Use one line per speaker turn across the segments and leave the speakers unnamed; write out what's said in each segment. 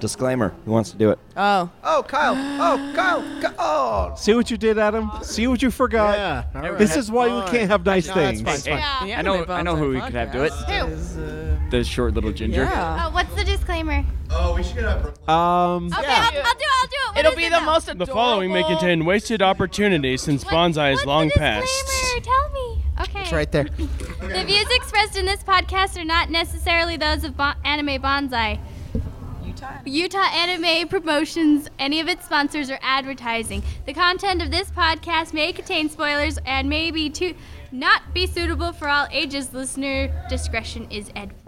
Disclaimer. Who wants to do it?
Oh,
Oh, Kyle. Oh, Kyle. Ky- Oh.
See what you did, Adam. See what you forgot.
Yeah, all right.
This is why we can't have nice
No, that's
things.
fine, it's fine.
Yeah.
the
I know-
anime
I know
bombs
who
our
we could have do
podcast. uh,
Who?
The short little ginger.
Yeah.
Uh, what's the disclaimer?
Um,
Okay,
Yeah.
I'll, I'll do it. I'll do it. What
It'll
is
be
it
the
now?
most adorable.
The following may contain wasted opportunities since
What-
bonsai
what's
is long
the
past.
disclaimer? Tell me. Okay.
It's right there.
The views expressed in this podcast are not necessarily those of bon- Anime Bonsai. Utah Anime Promotions, any of its sponsors, or advertising. The content of this podcast may contain spoilers and may be too not be suitable for all ages. Listener discretion is advised.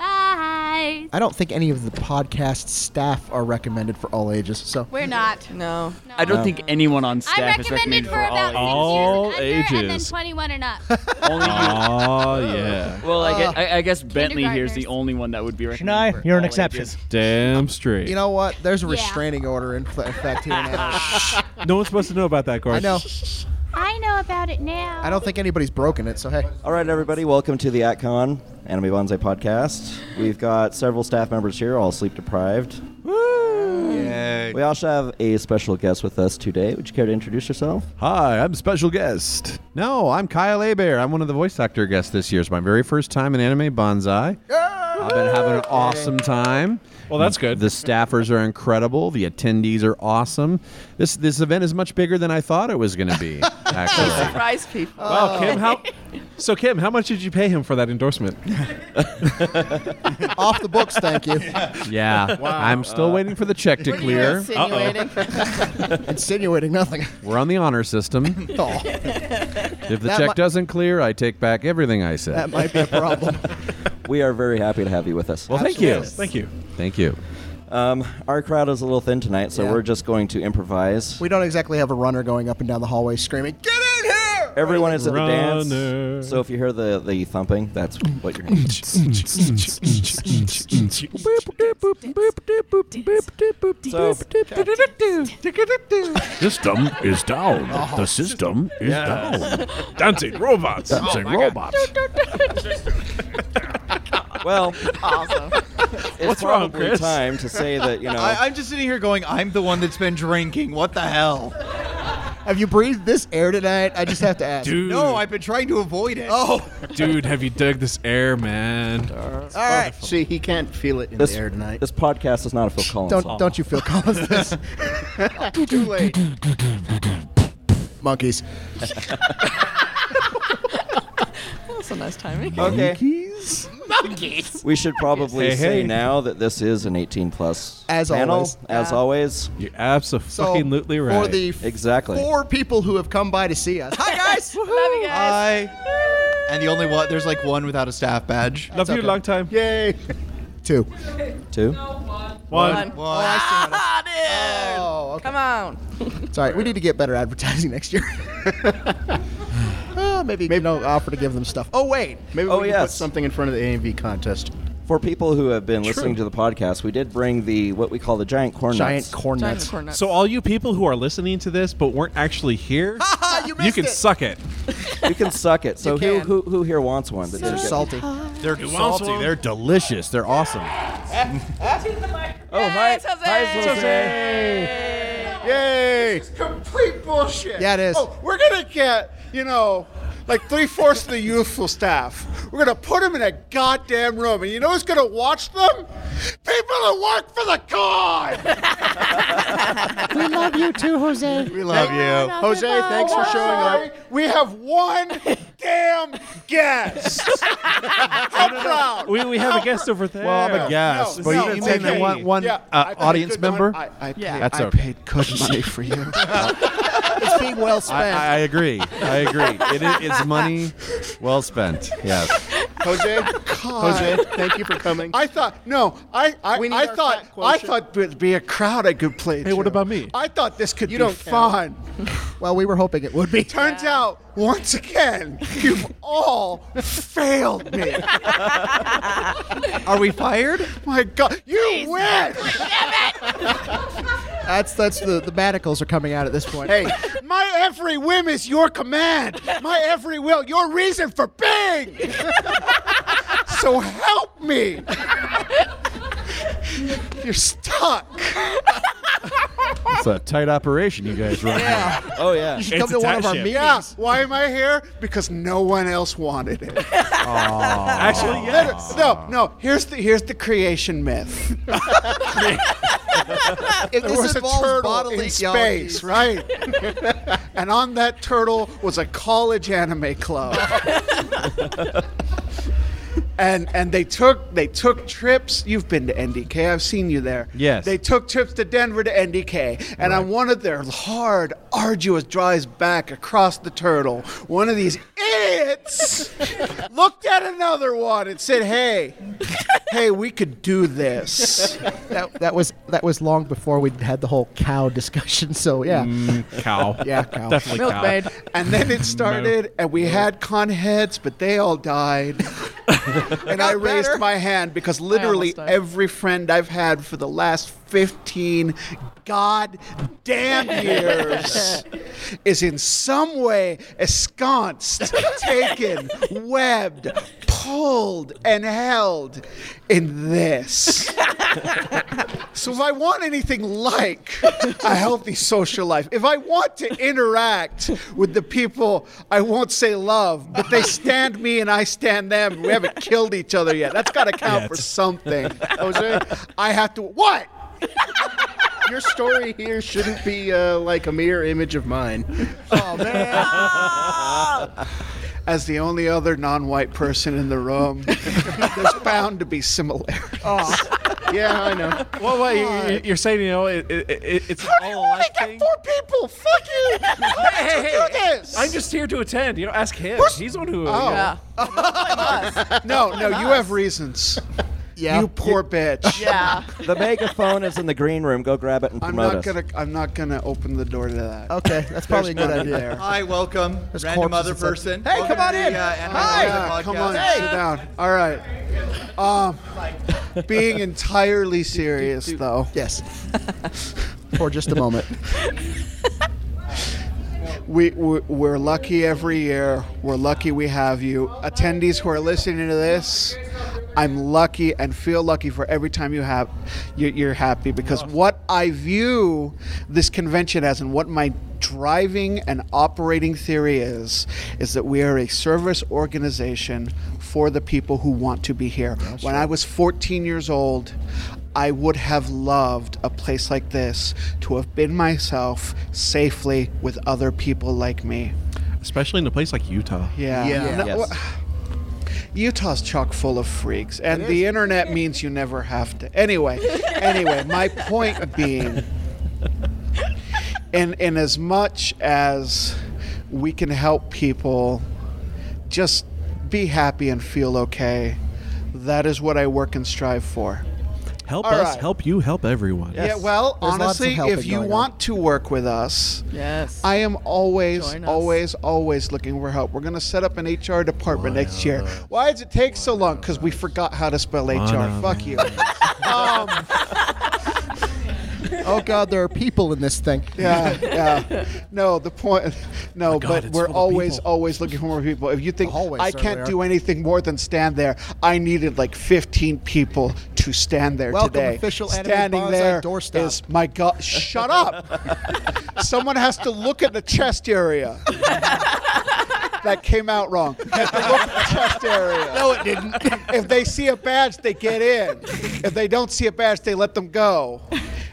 I don't think any of the podcast staff are recommended for all ages. So
We're not.
No.
I don't think anyone on staff
I'm
is
recommended
recommended
for about
all
six years and under, and then
ages.
21 and up.
Only you-
oh yeah,
well, I guess, I, I guess Bentley here is
Uh, Kindergartners.
the only one that would be recommended.
Shania,
for
you're an
all
exception.
ages.
damn straight.
you know what? There's a
Yeah.
restraining order in pl- effect here now.
no one's supposed to know about that,
I
Gordon.
know.
I know about it now.
I don't think anybody's broken it. So hey,
All right, everybody. Welcome to the AtCon Anime Bonsai Podcast. We've got several staff members here, all sleep deprived. We also have a special guest with us today. Would you care to introduce yourself?
Hi, I'm special guest. No, I'm Kyle Abear. I'm one of the voice actor guests this year. It's my very first time in Anime Bonsai. I've been having an awesome time.
Well, that's good.
The staffers are incredible. The attendees are awesome. This this event is much bigger than I thought it was going to be. Actually,
Surprise people.
Wow, Kim. How? So, Kim, how much did you pay him for that endorsement?
off the books. Thank you.
yeah. I'm still
Uh,
waiting for the check to clear.
Insinuating.
Insinuating nothing.
We're on the honor system.
Oh,
If the
That
check
mi-
doesn't clear, I take back everything I
that
said.
might be a problem.
We are very happy to have you with us.
Well, thank you.
Absolutely.
Thank you.
Thank you.
Um, our crowd is a little thin tonight, so
Yeah.
we're just going to improvise.
We don't exactly have a runner going up and down the hallway screaming, "Get in here!"
Everyone is at the
Runner.
dance. So if you hear the, the thumping, that's what you're hearing.
mm.
so
System is down.
Oh,
The system is down. Dancing robots.
Oh,
Oh
Dancing robots.
Well,
awesome.
it's
What's wrong,
probably
Chris?
time to say that you know.
I, I'm just sitting here going, I'm the one that's been drinking. What the hell?
Have you breathed this air tonight? I just have to ask.
Dude,
No, I've been trying to avoid it. Oh.
dude, have you dug this air, man?
All right.
See, he can't feel it in
this, this podcast is not a Phil Collins
Don't
song.
don't you feel Collins this?
Too late.
Monkeys.
That's a nice timing.
Okay. We should probably
Hey,
say
hey.
now that this is an 18 plus
As
panel.
always.
As always,
You're
So
absolutely right.
for the f-
exactly.
four people who have come by to see us, hi guys.
Love you guys.
Hi. And the only one, there's like one without a staff badge.
Love you,
okay.
long time.
Yay. Two.
Two.
One.
One.
Oh, I see how to-
Ah, dude.
Oh, okay.
Come on.
Sorry, we need to get better advertising next year. Uh, maybe maybe no offer to give them stuff. Oh wait,
Maybe
Oh,
we can put
yes.
something in front of the AMV contest.
For people who have been listening to the podcast, we did bring the what we call the giant corn
giant
nuts.
corn
Giant
nuts.
corn nuts.
So, all you people who are listening to this but weren't actually here,
Ah, you missed
you can
it.
suck it.
you can suck it. So who,
can.
who who here wants one? That
They're
didn't get-
salty.
They're salty. They're delicious. They're awesome.
Oh, hi,
Yes, Jose.
hi, Jose.
Yay! complete bullshit.
Yeah, it is.
Oh, we're gonna get you know, like three fourths of the youthful staff. We're gonna put them in a goddamn room, and you know who's gonna watch them? People who work for the con.
We love you too, Jose.
We love you, Jose. Thanks for showing up. We have one damn guest. How proud.
We, we have a guest over there.
Well, I'm a guest,
No,
but
no,
you, you
it's
mean
okay.
the one, one
Yeah, I
uh,
paid
audience
good money-
member?
I, I paid,
Yeah.
That's
I
okay.
paid good money for you.
It's being well
I,
spent.
I agree. I agree. It is it's money well spent. Yes.
Jose, Jose, thank you for coming. I thought no, I I,
We need
I
our
thought
fat
I
quotient.
thought it'd be a crowd I could play.
Hey, what
to.
about me?
I thought this could
You
be
don't
fun.
well, we were hoping it would be.
Turns out, once again, you've all failed me.
Are we fired?
My God, you win.
That's that's the the manacles are coming out at this point.
Hey, my every whim is your command. My every will, your reason for being. so help me. You're stuck.
It's a tight operation you guys run.
Yeah.
Oh yeah.
You should come to one of our meetings. Yeah. Why am I here? Because no one else wanted it.
Actually,
yes. No, no. Here's the here's the creation myth.
If
there
this
was a
involves
turtle
bodily
in space, right? and on that turtle was a college anime club. and and they took they took trips. You've been to NDK. I've seen you there.
Yes.
They took trips to Denver to NDK, and on one of their hard, arduous drives back across the turtle, one of these idiots looked at another one and said, "Hey, hey, we could do this."
that, that was that was long before we had the whole cow discussion. So yeah,
Mm,
cow.
yeah, cow.
And then it started, and we had con heads, but they all died. and I raised my hand because literally every friend I've had for the last 15 goddamn years is in some way ensconced, taken, webbed, pulled, and held in this. So if I want anything like a healthy social life, if I want to interact with the people I won't say love, but they stand me and I stand them, we haven't killed each other yet. That's got to count for something. Jose, I have to what?
Your story here shouldn't be uh, like a mirror image of mine.
Oh man. As the only other non-white person in the room, there's bound to be similarities.
Oh.
yeah, I know.
Well, wait, you- you, you're saying you know it, it, it, it's
How do you want to get four people? Fuck you! How did
Oh, Hey, hey,
you do
hey.
this?
I'm just here to attend. You know, ask him. He's the one who.
Oh.
yeah.
No, no, you have reasons. Oh, Yeah. You poor bitch.
Yeah.
the megaphone is in the green room. Go grab it and
I'm
promote
not
us.
gonna. I'm not gonna open the door to that.
Okay, that's probably a
There's
good
none
idea.
there.
Hi, welcome.
There's
Random
corpses
other
inside.
person.
Hey,
Welcome
come on
to the,
in.
uh, Anime
Hi.
Bunza
Yeah, come on,
podcast.
sit down. All right. Um, being entirely serious though.
Yes. For just a moment.
we, we we're lucky every year. We're lucky we have you attendees who are listening to this. I'm lucky and feel lucky for every time you have you, you're happy because what I view this convention as and what my driving and operating theory is is that we are a service organization for the people who want to be here. when I was 14 years old, I would have loved a place like this to have been myself safely with other people like me.
Especially in a place like Utah.
Yeah.
Yeah.
No,
Yes.
well, Utah's chock full of freaks, and the internet means you never have to. Anyway, anyway, my point being, in in as much as we can help people just be happy and feel okay, that is what I work and strive for.
Help
All
us,
right.
help you, help everyone.
Yeah, well,
There's lots of
honestly,
helping
if you
going on.
want to work with us,
Yes.
I am always,
Join us.
always, always looking for help. We're going to set up an HR department next year. Why does it take so long? Because we forgot how to spell HR. Fuck you. um,
Oh God, there are people in this thing.
yeah, yeah. No, the point. No, but we're always, always looking for more people. If you think
Always,
I
sir,
can't
we
do anything more than stand there, I needed like 15 people to stand there
Welcome,
today.
official Anime
Standing
Bonsai
there
doorstop.
is my god. Shut up! Someone has to look at the chest area. That came out wrong. You have to look at the chest area. No, it didn't. If they see a badge, they get in. If they don't see a badge, they let them go.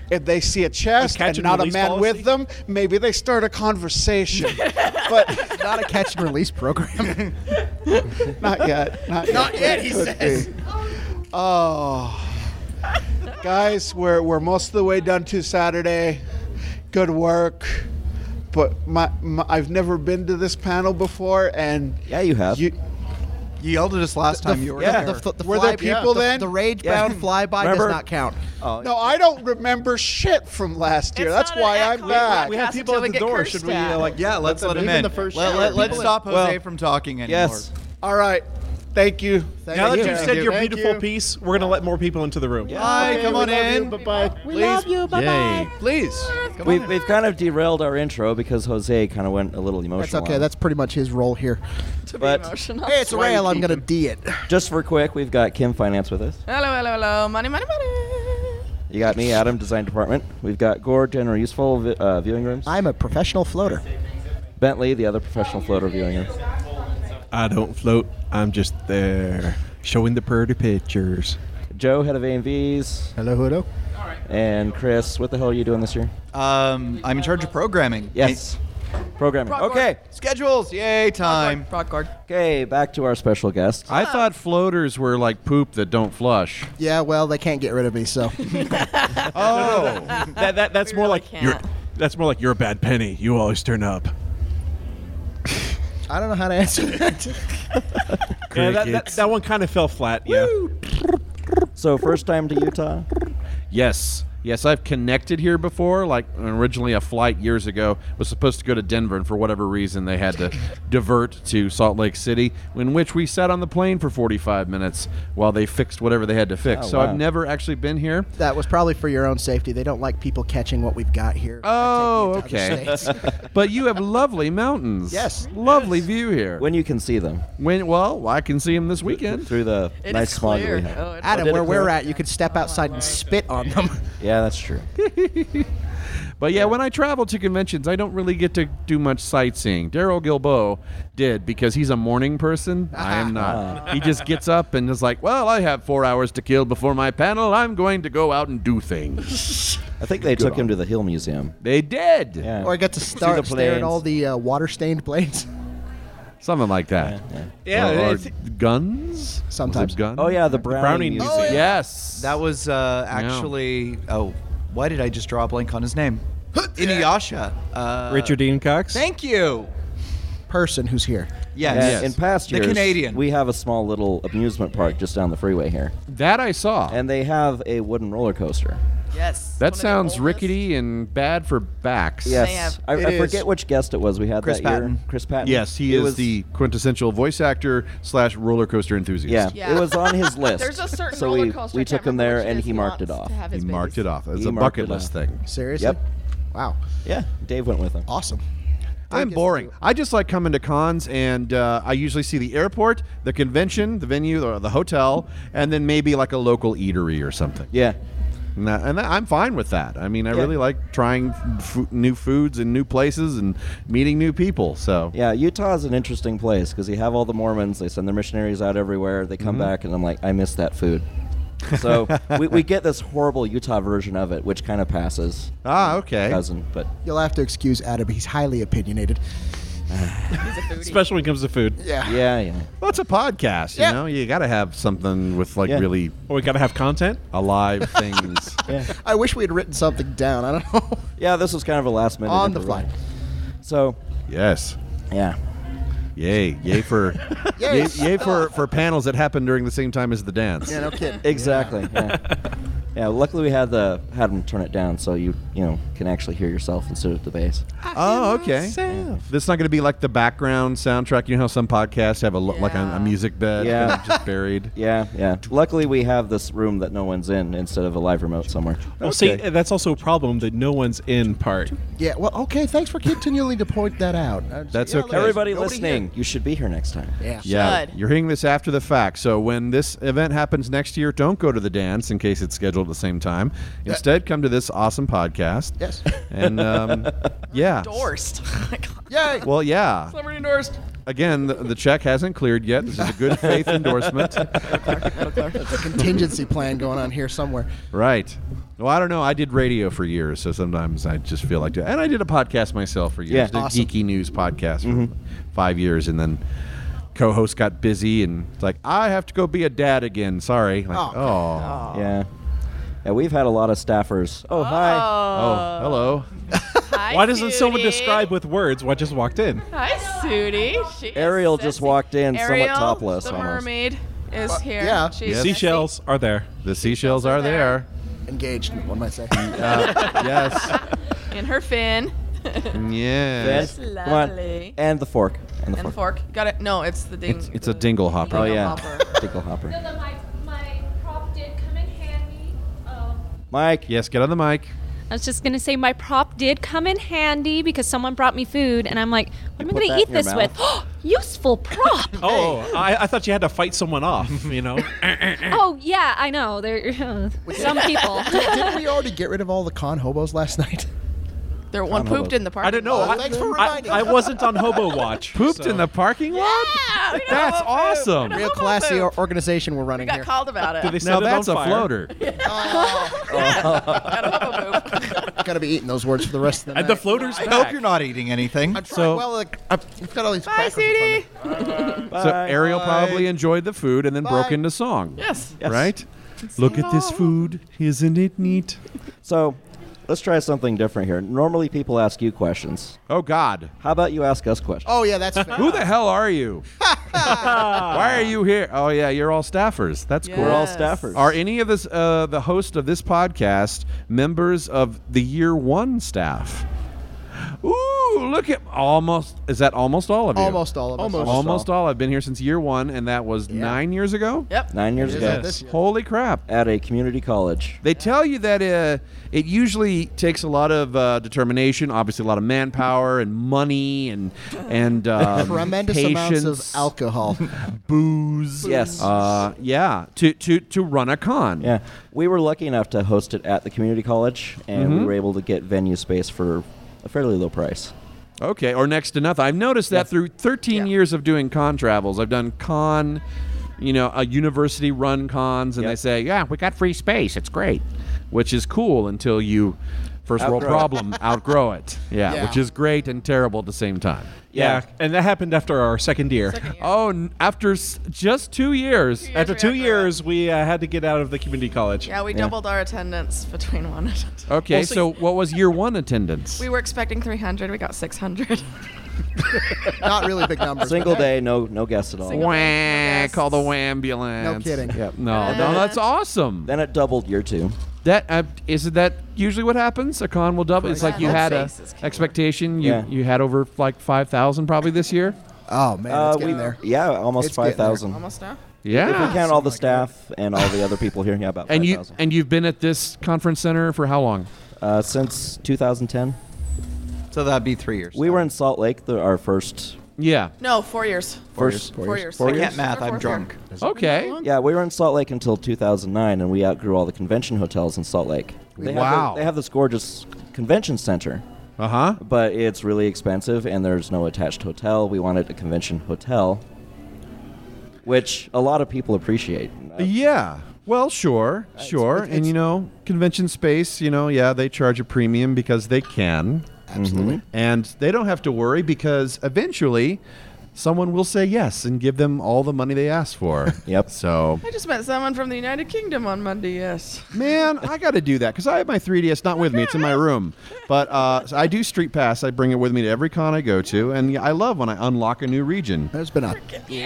If they see a chest and
catch and
not a
release
man
policy?
with them, maybe they start a conversation. but
Not a catch and release program.
not yet. Not yet. Not yet, he says. Oh. Guys, we're, we're most of the way done to Saturday. Good work. But my, my I've never been to this panel before, and
yeah, you have.
you,
You yelled at us last time you were
yeah.
here.
The
fl-
Were there people
the,
then?
The rage
Yeah.
bound flyby
Remember?
does not count.
Uh,
oh,
no, I don't remember shit from last year.
It's
That's
not an
why
echo,
I'm
we-
back.
We have
Ask
people
till we
at the
get
door.
cursed
Should we
at.
uh, like?
Yeah, let's let,
them
him
in
in.
the first
let,
hour.
let, let's
People-
stop Jose
Well-
from talking anymore.
yes.
All right. Thank you.
Thank
Now that
you.
you've said
you.
your
Thank
beautiful
you.
piece, we're gonna let more people into the room. Yeah.
Hi, come on in.
Bye bye.
We love you. Bye bye.
Please. Come
We've, we've kind of derailed our intro because Jose kind of went a little emotional.
That's okay.
on it.
That's pretty much his role here.
but
Emotional.
Hey, it's a rail. I'm gonna D it.
just for quick, we've got Kim Finance with us.
Hello, hello, hello. Money, money, money.
You got me, Adam, design department. We've got Gore, general useful vi- uh, viewing rooms.
I'm a professional floater.
Bentley, the other professional floater viewing room.
I don't float. I'm just there showing the pretty pictures.
Joe, head of AMVs.
Hello, hello.
And Chris, what the hell are you doing this year?
Uh,
Um, I'm in charge of programming.
Yes. Programming. Okay.
Schedules. Yay, time.
Okay, back to our special guest.
I thought floaters were like poop that don't flush.
Yeah, well, they can't get rid of me, so.
Oh,
that, that, that's more like you're. That's more like you're a bad penny. You always turn up.
I don't know how to answer that. Oh,
Yeah, that, that, that one kind of fell flat. Yeah.
So first time to Utah.
Yes. Yes, I've connected here before. Like originally, a flight years ago was supposed to go to Denver, and for whatever reason, they had to divert to Salt Lake City. In which we sat on the plane for 45 minutes while they fixed whatever they had to fix.
Oh,
so
wow.
I've never actually been here.
That was probably for your own safety. They don't like people catching what we've got here.
Oh,
taking it
okay.
to other states.
but you have lovely mountains.
Yes.
lovely view here.
When you can see them.
When well, I can see them this weekend
through the
It
nice
is
smog
clear.
that we have.
Oh, it is. Adam, where we're at, you could step outside and spit on them.
Yeah, that's true.
But yeah, when I travel to conventions, I don't really get to do much sightseeing. Daryl Gilbo did because he's a morning person. I am not.
Ah.
he just gets up and is like, "Well, I have four hours to kill before my panel. I'm going to go out and do things."
I think they
Good
took him to the Hill Museum.
They did.
Yeah.
Or I get to
See the
start stare at
planes.
all the uh, water-stained planes.
Something like that.
Yeah,
Or- or,
it's-
guns.
Sometimes.
Was it guns.
Oh yeah, the Browning, Museum.
Yes.
That was uh, actually. Oh, why did I just draw a blank on his name? Inuyasha. Uh,
Richard Dean Cox.
Thank you.
Person who's here.
Yes.
Yeah, In past
The
years,
Canadian.
we have a small little amusement park just down the freeway here,
That I saw.
and they have a wooden roller coaster.
Yes.
That sounds rickety and bad for backs.
Yes, I, I forget which guest it was we had
Chris
that year.
Patton.
Chris Patton.
Yes, he
It
is
was-
the quintessential voice actor slash roller coaster
Yeah,
enthusiast.
it was on his list.
There's a certain
so
roller
we,
coaster
we
I
took
can't
him
remember
there,
which it
and
is
he
that
marked it
wants
off.
to have his
He
babies.
marked it off as
He
a
marked
bucket
it
list
off.
thing.
Seriously?
Yep.
Wow.
Yeah, Dave went with him.
Awesome.
I'm boring. I just like coming to cons, and uh, I usually see the airport, the convention, the venue, or the hotel, and then maybe like a local eatery or something.
Yeah.
And, that- and that- I'm fine with that. I mean, I really like trying f- new foods and new places and meeting new people. So
Yeah, Utah is an interesting place because you have all the Mormons. They send their missionaries out everywhere. They come
Mhm.
back, and I'm like, I miss that food. So we, we get this horrible Utah version of it, which kind of passes.
Ah, okay.
Cousin, but
You'll have to excuse Adam. He's highly opinionated.
Especially when it comes to food.
Yeah.
Yeah, yeah.
well, it's a podcast. You know, you got to have something with like
Yeah.
really
Or we got to have content.
alive things.
I wish we had written something down. I don't know.
Yeah, this was kind of a last minute
On the
improvise.
fly.
So
Yes.
yeah,
Yay! Yay for yay,
Yes.
yay for for panels that happen during the same time as the dance.
Yeah, no kidding.
exactly. Yeah. Yeah, Luckily, we had the had them turn it down so you you know can actually hear yourself instead of the bass.
Oh, okay. This is not going to be like the background soundtrack. You know how some podcasts have a lo- like a, a music bed,
Yeah.
and just buried.
Yeah, yeah. Luckily, we have this room that no one's in instead of a live remote somewhere.
Well, see, that's also a problem that no one's in part.
Yeah, well, okay. Thanks for continually to point that out. I just-
That's
yeah,
okay.
look,
Everybody
nobody here.
listening, you should be here next time.
Yeah.
Yeah,
Should.
you're hearing this after the fact. So when this event happens next year, don't go to the dance in case it's scheduled at the same time. Instead, come to this awesome podcast.
Yes.
And um, yeah,
Endorsed.
Yay.
well, yeah.
Celebrity endorsed.
Again, the, the check hasn't cleared yet. This is a good faith endorsement.
That's a contingency plan going on here somewhere.
Right. Well, I don't know. I did radio for years, so sometimes I just feel like doing. And I did a podcast myself for years.
Yeah.
did
Awesome. Mm-hmm.
geeky news podcast for five years, and then co-host got busy, and it's like I have to go be a dad again. Sorry. Like,
Oh.
oh.
Yeah. Yeah, we've had a lot of staffers. Oh, hi.
Oh, hello.
Hi,
Why doesn't someone
Sudie.
describe with words what just walked in?
Hi, Sudie. She is
Ariel just
sexy.
walked in somewhat
Ariel,
topless
The
almost.
mermaid is
Uh,
here.
yeah.
She's
Yes.
sexy.
Seashells are there.
The seashells are there.
Engaged, one might say.
Uh, yes.
And her fin. and
Yeah.
Yes.
Ben, come on.
Lovely.
And the fork. And the
the
fork.
fork. Got it. No, it's the ding.
It's, it's a dingle hopper.
Oh, yeah.
Hopper.
Tickle hopper.
my, my prop did come in handy. Um,
Mike.
Yes. Get on the mic.
I was just gonna say my prop did come in handy because someone brought me food, and I'm like, what am I
put
gonna
that
eat
in your
this with? Useful prop.
Oh, I, I thought you had to fight someone off. You know.
oh yeah, I know. There, some people.
Did- Didn't we already get rid of all the con hobos last night?
There one
Con
pooped
hobos.
in the park.
I don't know.
I- I- I wasn't on hobo watch.
Pooped in the parking lot? That's awesome.
Real classy or- organization we're
We
running
got
here.
called about it.
Did they
now
set it
that's
on
a
fire?
floater.
Gotta be eating those words for the rest of the night.
And the floater's I hope you're not eating anything. I'm
So- well, like, I've got all these
Bye, Sudie.
So Ariel probably enjoyed the food and then broke into song.
Yes.
Right? Look at this food. Isn't it neat?
So let's try something different here. Normally people ask you questions.
Oh, God.
How about you ask us questions?
Oh yeah, that's fair.
Who the hell are you? Why are you here? Oh yeah, you're all staffers. That's cool.
We're all Yes. staffers.
Are any of this uh, the host of this podcast members of the year one staff? Ooh, look at almost. Is that almost all of you?
Almost all of us.
Almost,
Almost
all. I've been here since year one, and that was nine years ago.
Yep.
Nine years ago.
Holy crap.
At a community college.
They tell you that uh, it usually takes a lot of uh, determination, obviously a lot of manpower and money and and um,
Tremendous
patience.
amounts of alcohol.
booze.
Yes.
Uh, yeah. To to to run a con.
Yeah. We were lucky enough to host it at the community college, and
Mhm.
we were able to get venue space for a fairly low price.
Okay, or next to nothing. I've noticed that through 13 years of doing con travels, I've done con, you know, a university run cons, and they say, yeah, we got free space. It's great, which is cool until you first world
Outgrow it.
problem outgrow it. Yeah,
Yeah.
which is great and terrible at the same time.
Yeah. and that happened after our second year.
Oh, n- after s- just two years.
after two years, we uh, had to get out of the community college.
Yeah, we doubled our attendance between one. and
Okay,
Well, so
so what was year one attendance?
We were expecting 300. We got 600.
Not really big numbers.
Single day, no no guests at all.
Single
Wah, call the wambulance.
No kidding. Uh,
Yep.
No, no, that's awesome.
Then it doubled year two.
That uh, isn't that usually what happens? A con will double. It's
Correct.
like you
Yeah,
had a
that's
expectation. You
Yeah.
you had over like five thousand probably this year.
Oh man,
Uh, we- Yeah, almost
It's getting
five
there.
thousand.
Almost now.
Yeah.
If we count all the staff and all the other people here, yeah, about
And you
5,000.
and you've been at this conference center for how long?
Uh, since 2010.
So that'd be three years.
We were in Salt Lake, the, our first.
Yeah.
No, four years.
First,
Four years.
Four
I
years?
can't math, I'm Fourth year. drunk.
Okay.
Yeah, we were in Salt Lake until 2009, and we outgrew all the convention hotels in Salt Lake. They Have
Wow.
the, they have this gorgeous convention center.
Uh huh.
But it's really expensive, and there's no attached hotel. We wanted a convention hotel, which a lot of people appreciate.
Uh, Yeah. Well, sure, sure. and you know, convention space, you know, yeah, they charge a premium because they can. Absolutely.
Mm-hmm.
And they don't have to worry because eventually someone will say yes and give them all the money they asked for. yep. So
just met someone from the United Kingdom on Monday. Yes.
Man, I got to do that because I have my 3DS not with me. It's in my room. But uh, so I do Street Pass. I bring it with me to every con I go to. And I love when I unlock a new region.
There's been a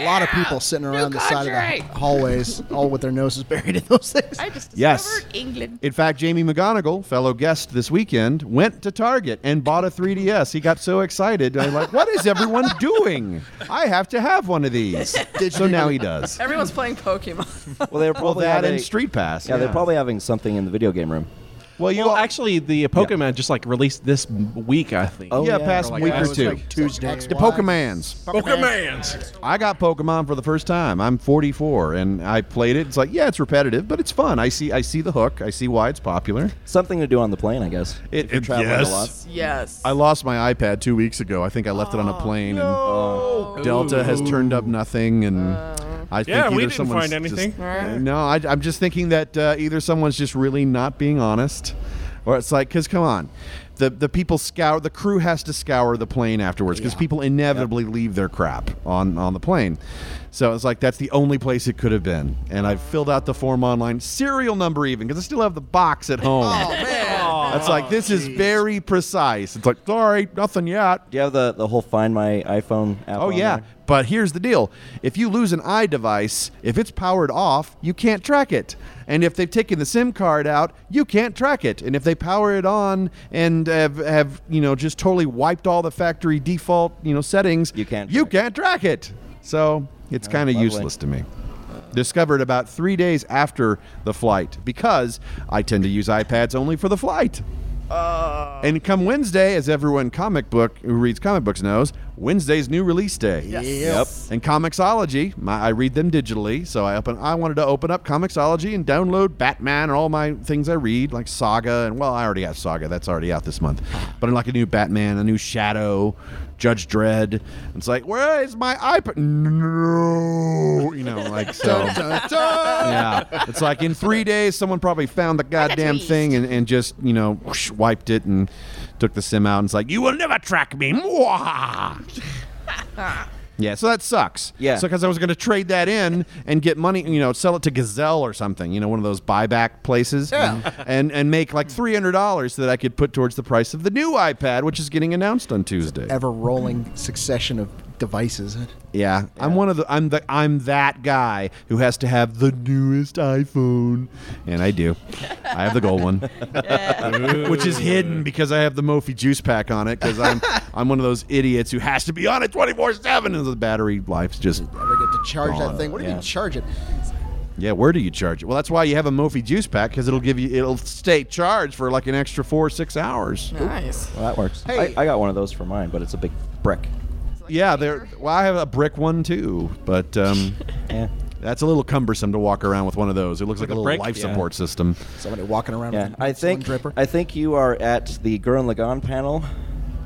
lot of people sitting around the side of the hallways, all with their noses buried in those things. I
just
Yes.
England.
In fact, Jamie McGonigal, fellow guest this weekend, went to Target and bought a 3DS. He got so excited. I'm like, what is everyone doing? I have to have one of these. So now he does.
Everyone's playing Pokemon.
Well, they're
Well,
probably
that
having-
and Street Pass.
Yeah, they're probably having something in the video game room.
Well, you actually the Pokemon just like released this m- week, I think.
Oh, Yeah, yeah. past
Like,
week or
last
two.
week.
Tuesday.
The Pokemans.
Pokemans.
I got Pokemon for the first time. I'm 44 and I played it. It's like, yeah, it's repetitive, but it's fun. I see I see the hook. I see why it's popular.
Something to do on the plane, I guess.
It,
you're
it-
traveling a
yes.
lot.
Yes.
I lost my iPad 2 weeks ago. I think I left it on a plane and Delta has turned up nothing and I think
Yeah, we
either
didn't
someone's
find anything.
just- no, I, I'm just thinking that uh, either someone's just really not being honest, or it's like, because come on, the the people scour, the crew has to scour the plane afterwards because people inevitably leave their crap on on the plane. So it's like that's the only place it could have been, and I filled out the form online, serial number even, because I still have the box at
Oh,
home. It's like this is very precise. It's like sorry, nothing yet.
Do you have the, the whole Find My iPhone app?
Oh
on
yeah,
there?
but here's the deal: if you lose an iDevice, if it's powered off, you can't track it, and if they've taken the SIM card out, you can't track it, and if they power it on and have, have you know just totally wiped all the factory default you know settings, you can't you can't track it. So
Oh,
it's kind of useless to me. Discovered about three days after the flight because I tend to use iPads only for the flight. and come Wednesday, as everyone comic book who reads comic books knows, Wednesday's new release day.
Yes. Yep.
And Comixology, my, I read them digitally, so I open. I wanted to open up Comixology and download Batman or all my things I read, like Saga, and well, I already have Saga. That's already out this month. But like a new Batman, a new Shadow, Judge Dredd. It's like, where is my iPad? No, you know, like so. yeah, it's like in three days, someone probably found the goddamn thing and, and just you know whoosh, wiped it and took the sim out and it's like, you will never track me. Mwah! Yeah, so that sucks.
Yeah.
So because I was going to trade that in and get money, you know, sell it to Gazelle or something, you know, one of those buyback places,
Yeah.
and and make like three hundred dollars that I could put towards the price of the new iPad, which is getting announced on Tuesday.
Ever rolling succession of devices.
Yeah, I'm one of the I'm the I'm that guy who has to have the newest iPhone, and I do. I have the gold one, which is hidden because I have the Mophie juice pack on it because I'm I'm one of those idiots who has to be on it 24 seven, and the battery life's just
Ever get to charge
Gone.
that thing? What do you
Oh, Yeah.
mean charge it?
yeah. Where do you charge it? Well, that's why you have a Mophie juice pack because it'll give you it'll stay charged for like an extra four or six hours.
Nice.
Well, that works.
Hey.
I, I got one of those for mine, but it's a big brick.
yeah, there. Well, I have a brick one too, but um, that's a little cumbersome to walk around with one of those. It looks like,
Like
a,
a
little
brick?
life
Yeah.
support system.
Somebody walking around
Yeah,
with a
I think I think you are at the Gurren Lagann panel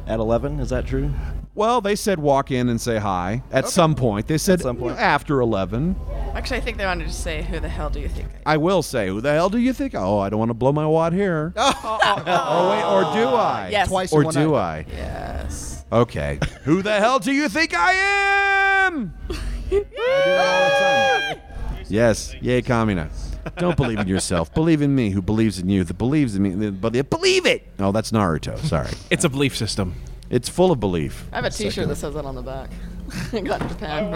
at eleven. Is that true?
Well, they said walk in and say hi at some point. They said after eleven.
Actually, I think they wanted to say, "Who the hell do you think?"
I will say, who the hell do you think? Oh, I don't want to blow my wad here.
Oh,
Oh, wait, or do I?
Yes. Twice in
Or
one
do
night.
I?
Yes.
Okay. Who the hell do you think I am? Yes. Yay, Kamina. Don't believe in yourself. believe in me, who believes in you, that believes in me. That belie- believe it. Oh, that's Naruto. Sorry.
It's a belief system.
It's full of belief.
I have a T-shirt that says that on the back. I got in Japan.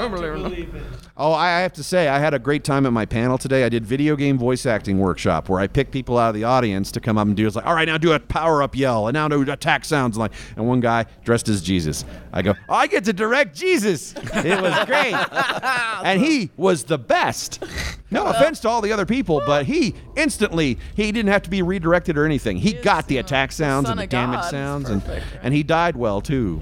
Oh, I I have to say, I had a great time at my panel today. I did video game voice acting workshop where I picked people out of the audience to come up and do. It's like, all right, now do a power up yell, and now do attack sounds. And like, and one guy dressed as Jesus. I go, I get to direct Jesus. It was great, and he was the best. No offense to all the other people, but he instantly he didn't have to be redirected or anything. He got the attack sounds
son
and the
of
damage
God.
sounds, and and he died well too.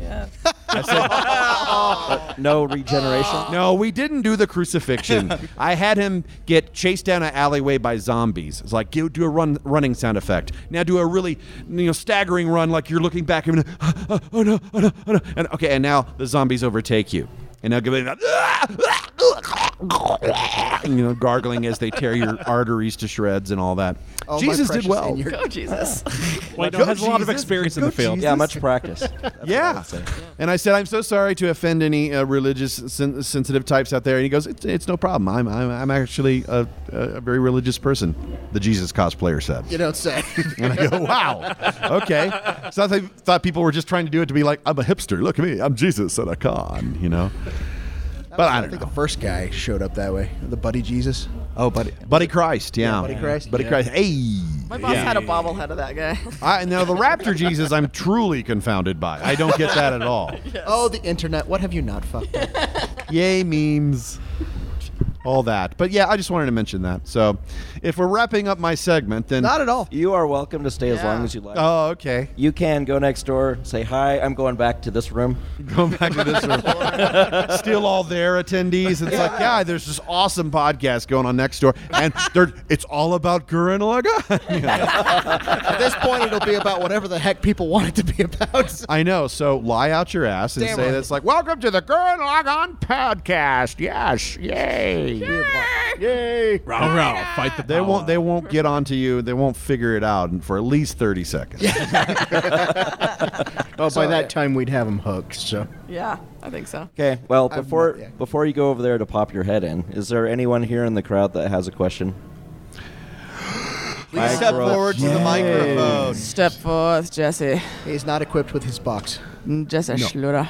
Oh,
no regeneration.
No, we didn't do the crucifixion. I had him get chased down an alleyway by zombies. It's like you do a run running sound effect. Now do a really you know staggering run like you're looking back and "Ah, ah, oh no, oh no, oh no. And okay, and now the zombies overtake you. And now give it you know gargling as they tear your arteries to shreds and all that.
Oh, my
Jesus did
precious
well.
in your- Go, Oh, Jesus.
Well,
Go,
has a lot of
Jesus.
experience in
Go,
the field.
Jesus. Yeah, much practice. yeah. And I said, I'm so sorry to offend any uh, religious sen- sensitive types out there. And he goes, it's, it's no problem. I'm, I'm, I'm actually a, a a very religious person, the Jesus cosplayer said.
You don't say.
And I go, wow. Okay. So I th- thought people were just trying to do it to be like, I'm a hipster. Look at me. I'm Jesus at a con, you know? But I don't
think
know.
the first guy showed up that way. The buddy Jesus.
Oh, buddy, buddy Christ, yeah,
Buddy Christ,
buddy
yeah.
Christ. Hey,
My boss
Yeah.
had a bobblehead of that guy.
I, now the Raptor Jesus, I'm truly confounded by. I don't get that at all.
Oh, the internet. What have you not fucked up?
Yay, memes. All that. But yeah, I just wanted to mention that. So if we're wrapping up my segment, then.
at all. You are welcome to stay as long
Yeah.
as you like.
Oh, okay.
You can go next door, say hi. I'm going back to this room.
Go back to this room. Still all their attendees. It's like, yeah, there's this awesome podcast going on next door, and they're, it's all about Gurren Lagann.
At this point, it'll be about whatever the heck people want it to be about.
I know. So lie out your ass and
Damn
say
right.
that's like, welcome to the Gurren Lagann podcast. Yes, yay, yay,
Row, row, fight the
They won't. They won't get onto you. They won't figure it out for at least thirty seconds.
Oh, by
So-
that time we'd have them hooked. So
Yeah, I think so.
Okay. Well,
I'm
before
not- yeah.
before you go over there to pop your head in, is there anyone here in the crowd that has a question?
Please step forward to the microphone. Step forth, Jesse. Mm,
He's not equipped with his box.
Jesse
No.
Schluter.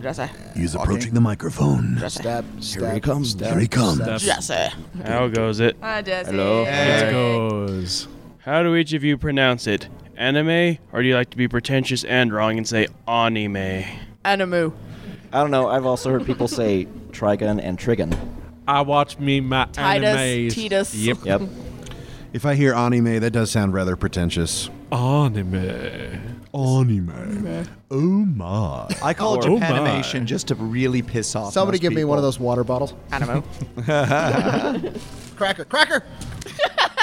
Jesse.
He's approaching the microphone.
Stab, stab,
Here he comes.
stab,
Here he comes.
stab.
Jesse.
How goes it?
Hi, Jesse.
Hello.
Hey.
It goes. How do each of you pronounce it? Anime, or do you like to be pretentious and wrong and say anime?
Animu.
I don't know. I've also heard people say trigun and trigun.
I watch me my
Titus,
animes.
Titus.
Yep.
Yep.
If I hear anime, that does sound rather pretentious. Anime. Anime. Oh my.
I call
Or-
Japanimation just to really piss off.
Somebody
most
give me one of
people.
those water bottles.
Animo.
cracker, cracker.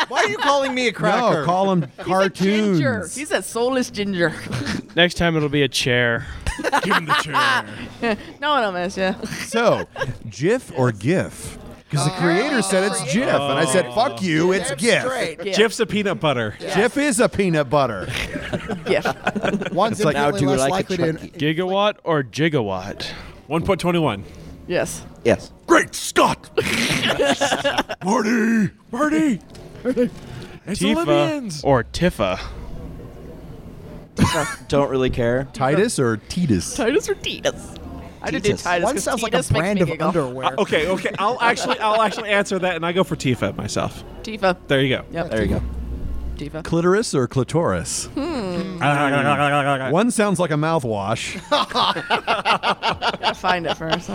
Why are you calling me a
cracker?
call him cartoons.
Ginger. He's a soulless ginger.
Next time it'll be a chair.
Give him the chair.
no one will miss you.
So, GIF or GIF?
Uh,
Because the creator said
Oh.
it's GIF, and I said, fuck you, it's GIF.
GIF. GIF's a peanut butter.
GIF is a peanut butter.
GIF.
One's
It's like,
infinitely
now do
less
like a
likely to.
Gigawatt or gigawatt?
1.21.
Yes.
Yes.
Great Scott! Marty! Marty! It's Olympians!
Tifa or Tifa?
Don't really care.
Titus or Titus?
Titus or Titus? I did
Titus.
Titus.
One
'cause
sounds like a
Titus makes
brand
me
of
giggle.
underwear.
uh, okay, okay. I'll actually I'll actually answer that and I go for Tifa myself.
Tifa.
There you go.
Yep.
There you go.
Tifa.
Clitoris or clitoris?
Hmm.
One sounds like a mouthwash.
Gotta find it first.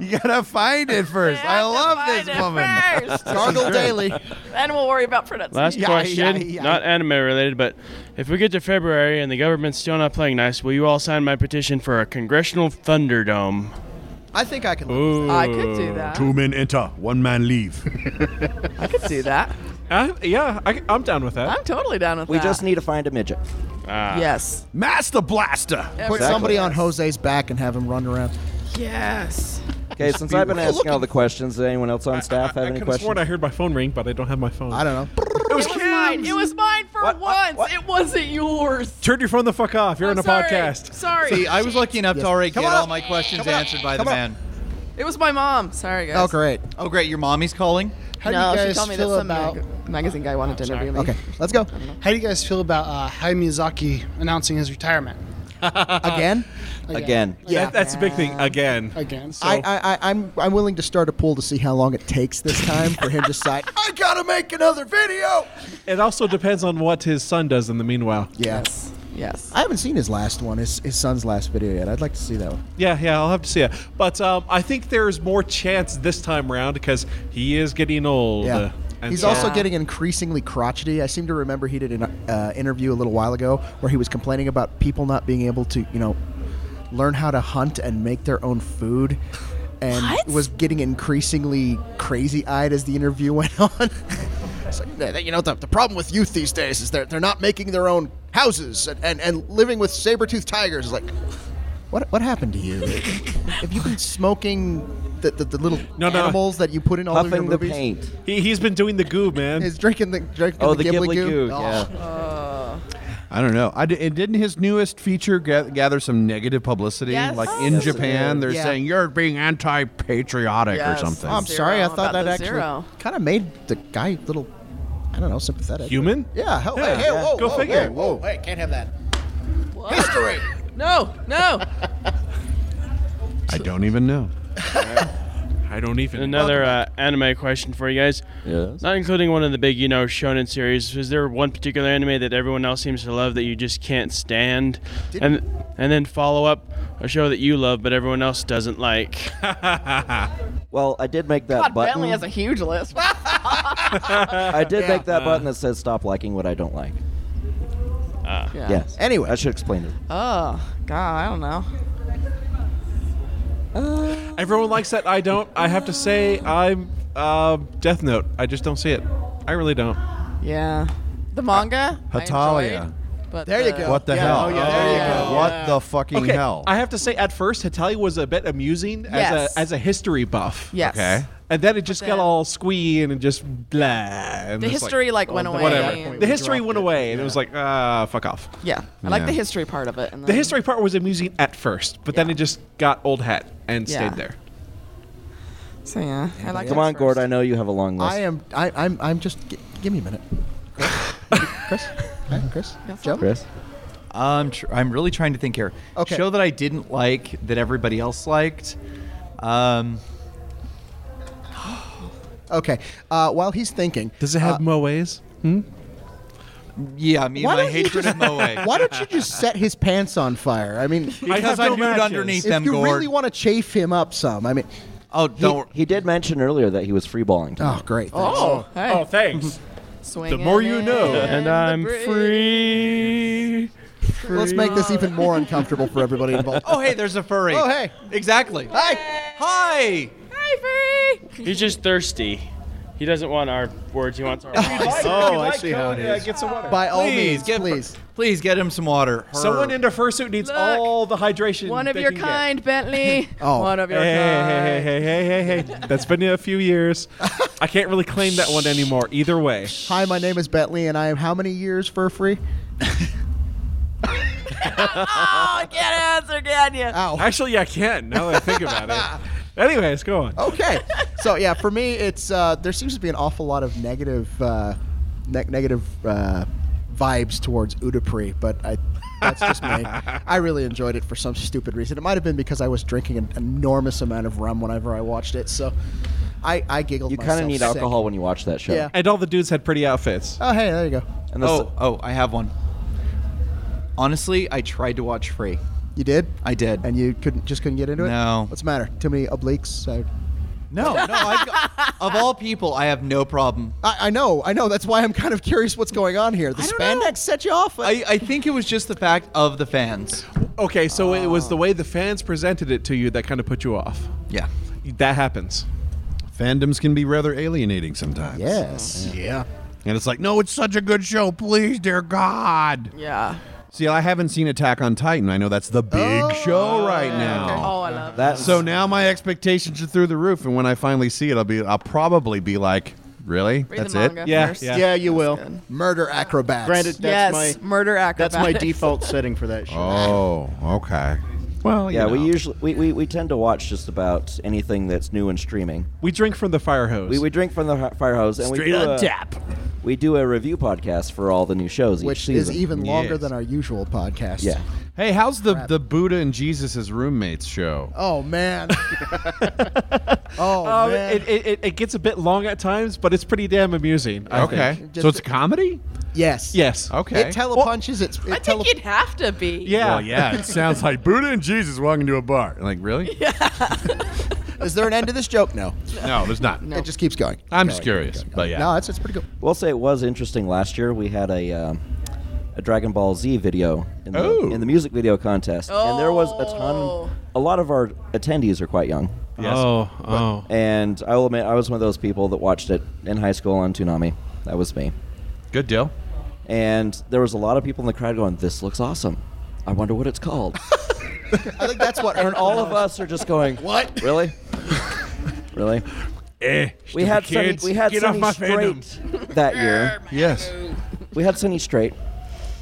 You gotta find it first. I love this woman.
First.
Gargle daily.
Then we'll worry about pronunciation.
Last question, not anime related, but if we get to February and the government's still not playing nice, will you all sign my petition for a congressional thunderdome?
I think I can.
I could do that.
Two men enter, one man leave.
I could do that.
Uh, yeah, I, am down with that.
I'm totally down with
We
that.
just need to find a midget.
Ah. Yes.
Master Blaster.
Put somebody on Jose's back and have him run around.
Yes.
Okay, since I've been asking all the questions, does anyone else on staff have any
I sworn
questions?
I heard my phone ring, but I don't have my phone. I
don't know.
It was, mine. It was mine for once. It wasn't yours.
Turn your phone the fuck off. You're on a
sorry.
podcast.
Sorry.
See, I was lucky enough
Yes.
to already
Come
get
on
all
up.
my questions
Come on up.
answered by
Come
the
on
man.
It was my mom. Sorry, guys.
Oh, great. Your mommy's calling?
no, she told me that some mag- magazine guy wanted to interview me.
Okay, let's go.
How do you guys feel about uh, Hayao Miyazaki announcing his retirement?
Uh-huh.
Uh,
Again?
Again.
Yeah.
That- that's the big thing. Again.
Again.
I, I, I, I'm, I'm willing to start a pool to see how long it takes this time for him to decide. I gotta make another video.
It also depends on what his son does in the meanwhile.
Yes.
Yes.
I haven't seen his last one, his, his son's last video yet. I'd like to see that one.
Yeah, yeah, I'll have to see it. But um, I think there's more chance this time around because he is getting old.
Yeah.
And
He's
so-
also getting increasingly crotchety. I seem to remember he did an uh, interview a little while ago where he was complaining about people not being able to, you know, learn how to hunt and make their own food. And was getting increasingly crazy eyed as the interview went on. It's like, "Yeah, you know, the, the problem with youth these days is they're, they're not making their own houses and, and, and living with saber toothed tigers. It's like, what, what happened to you? Have you been smoking the, the, the little
No, no.
animals that you put in all of your movies?
He, he's been doing the goo, man.
He's drinking the drinking
Oh,
the,
the
Ghibli,
Ghibli
goo.
goo,
Uh,
I don't know. I d- and didn't his newest feature ga- gather some negative publicity?
Yes.
Like in
Yes, it
Japan,
did.
they're
Yeah.
saying you're being anti-patriotic or something.
Oh, I'm sorry. I
Zero
thought
about
that
the
actually
zero.
kind of made the guy a little, I don't know, sympathetic.
Human?
Yeah. Hell,
Yeah.
Hey, hey,
Yeah.
whoa,
Go
whoa,
figure.
Whoa, whoa, hey, can't have that.
History. no, no.
I don't even know.
I don't even.
Another uh, anime question for you guys. Yes. Not including one of the big, you know, shonen series. Is there one particular anime that everyone else seems to love that you just can't stand? and and then follow up a show that you love but everyone else doesn't like. Uh,
well, I did make that
God,
button.
Bentley has a huge list.
I
I
did make that button that says stop liking what I don't like.
Yeah.
Yes. Anyway, I should explain it.
Oh God, I don't know.
Everyone likes that. I don't. I have to say, I'm uh, Death Note. I just don't see it. I really don't.
Yeah. The manga. I
Hatalia.
enjoyed, But
There you
the-
go.
What the
Yeah.
hell?
Oh, yeah, there you go.
What
Yeah.
the fucking
okay,
hell?
I have to say, at first, Hitalia was a bit amusing
Yes.
as a as a history buff.
Yes. Okay.
And then it just got all squee and it just blah. and
The
it's like,
history, like, went away and-
Whatever.
Point
The
we
history went away, and it was like, ah, fuck off.
Yeah, I like the history part of it. And
The
then-
history part was amusing at first, but then it just got old hat and
Yeah.
stayed there.
So yeah, I like.
Come
it
on,
first.
Gord. I know you have a long list.
I am. I, I'm. I'm just. G- give me a minute. Chris. Chris. Chris. Joe.
Chris.
I'm, tr- I'm really trying to think here.
Okay.
Show that I didn't like that everybody else liked. Um,
Okay. Uh, while he's thinking, uh,
does it have moes? Hmm?
Yeah, me and
Why
my
don't you
hatred
just-
of Moe.
Why don't you just set his pants on fire? I mean,
Because I have I no moved matches. underneath
if
them,
you
Gord.
really want to chafe him up some, I mean.
Oh,
He, he did mention earlier that he was freeballing.
Oh, great.
Oh, hey.
thanks.
Swinging more you know. in
And uh,
the
I'm
breeze.
free. free.
Let's make this even more uncomfortable for everybody involved.
Oh, hey, there's a furry.
Oh, hey.
Exactly. Hi. Hi.
Hi, furry.
He's just thirsty. He doesn't want our words. He wants our.
Oh, I see how it is.
Get some water.
By all
Please,
means, get, please. Please get him some water. Her.
Someone in a fursuit needs
Look.
all the hydration.
One of
they
your
can get.
kind, Bentley.
Oh.
One of your
hey,
kind.
hey, hey, hey, hey, hey, hey. That's been a few years. I can't really claim that one anymore. Either way.
Hi, my name is Bentley, and I am how many years fur free?
oh, I can't answer, can you?
Oh. Actually, I can. Now that I think about it. Anyways, go on.
Okay. so yeah, for me, it's uh, there seems to be an awful lot of negative, uh, ne- negative uh, vibes towards Udapri, but I. That's just me. I really enjoyed it for some stupid reason. It might have been because I was drinking an enormous amount of rum whenever I watched it, so I, I giggled.
You
kind of
need alcohol when you watch that show.
Yeah.
And all the dudes had pretty outfits.
Oh, hey, there you go.
And
oh, oh, I have one. Honestly, I tried to watch Free.
You did?
I did.
And you couldn't just couldn't get into it.
No.
What's the matter? Too many obliques? I,
No, no. I've got, of all people, I have no problem.
I, I know, I know. That's why I'm kind of curious what's going on here. The spandex set you off.
I, I think it was just the fact of the fans.
Okay, so it was the way the fans presented it to you that kind of put you off.
Yeah.
That happens.
Fandoms can be rather alienating sometimes.
Yes.
Yeah. And it's like, no, it's such a good show. Please, dear God.
Yeah.
See, I haven't seen Attack on Titan. I know that's the big show right now.
Oh, I love
That so now my expectations are through the roof, and when I finally see it, I'll be I'll probably be like, really?
Read the
that's
manga
it?
Yeah, first. yeah. Yeah, you will.
Murder acrobats.
Granted, that's
yes,
my
murder acrobatics.
that's my default setting for that show.
Oh, okay. Well,
yeah,
you
we
know.
usually we, we, we tend to watch just about anything that's new and streaming.
We drink from the fire hose.
We, we drink from the ho- fire hose, and we
Straight
do
on
a,
tap.
We do a review podcast for all the new shows,
which
each season.
is even longer than our usual podcast.
Yeah.
Hey, how's the the Buddha and Jesus' roommates show?
Oh man. oh
Um,
man.
it, it, it, it gets a bit long at times, but it's pretty damn amusing. I
Okay.
think.
So it's a comedy?
Yes.
Yes.
Okay.
It telepunches. it's it
I think you'd have to be.
Yeah.
Well, yeah, it sounds like Buddha and Jesus walking to a bar. Like, really?
Is there an end to this joke? No.
No, Oh, there's not.
It just keeps going.
I'm just curious, but yeah.
No, it's it's pretty cool.
We'll say it was interesting last year. We had a um, a Dragon Ball Z video in the,
Oh.
in the music video contest, and there was a
Oh.
ton. A lot of our attendees are quite young.
Yes. Oh, oh.
And I will admit, I was one of those people that watched it in high school on Toonami. That was me.
Good deal.
And there was a lot of people in the crowd going, "This looks awesome. I wonder what it's called."
I think that's what.
and all of us are just going,
"What?
Really? really?"
Eh,
we had Sunny,
kids,
we had
get off
Sunny
my
Straight that year.
yes.
We had Sunny Straight,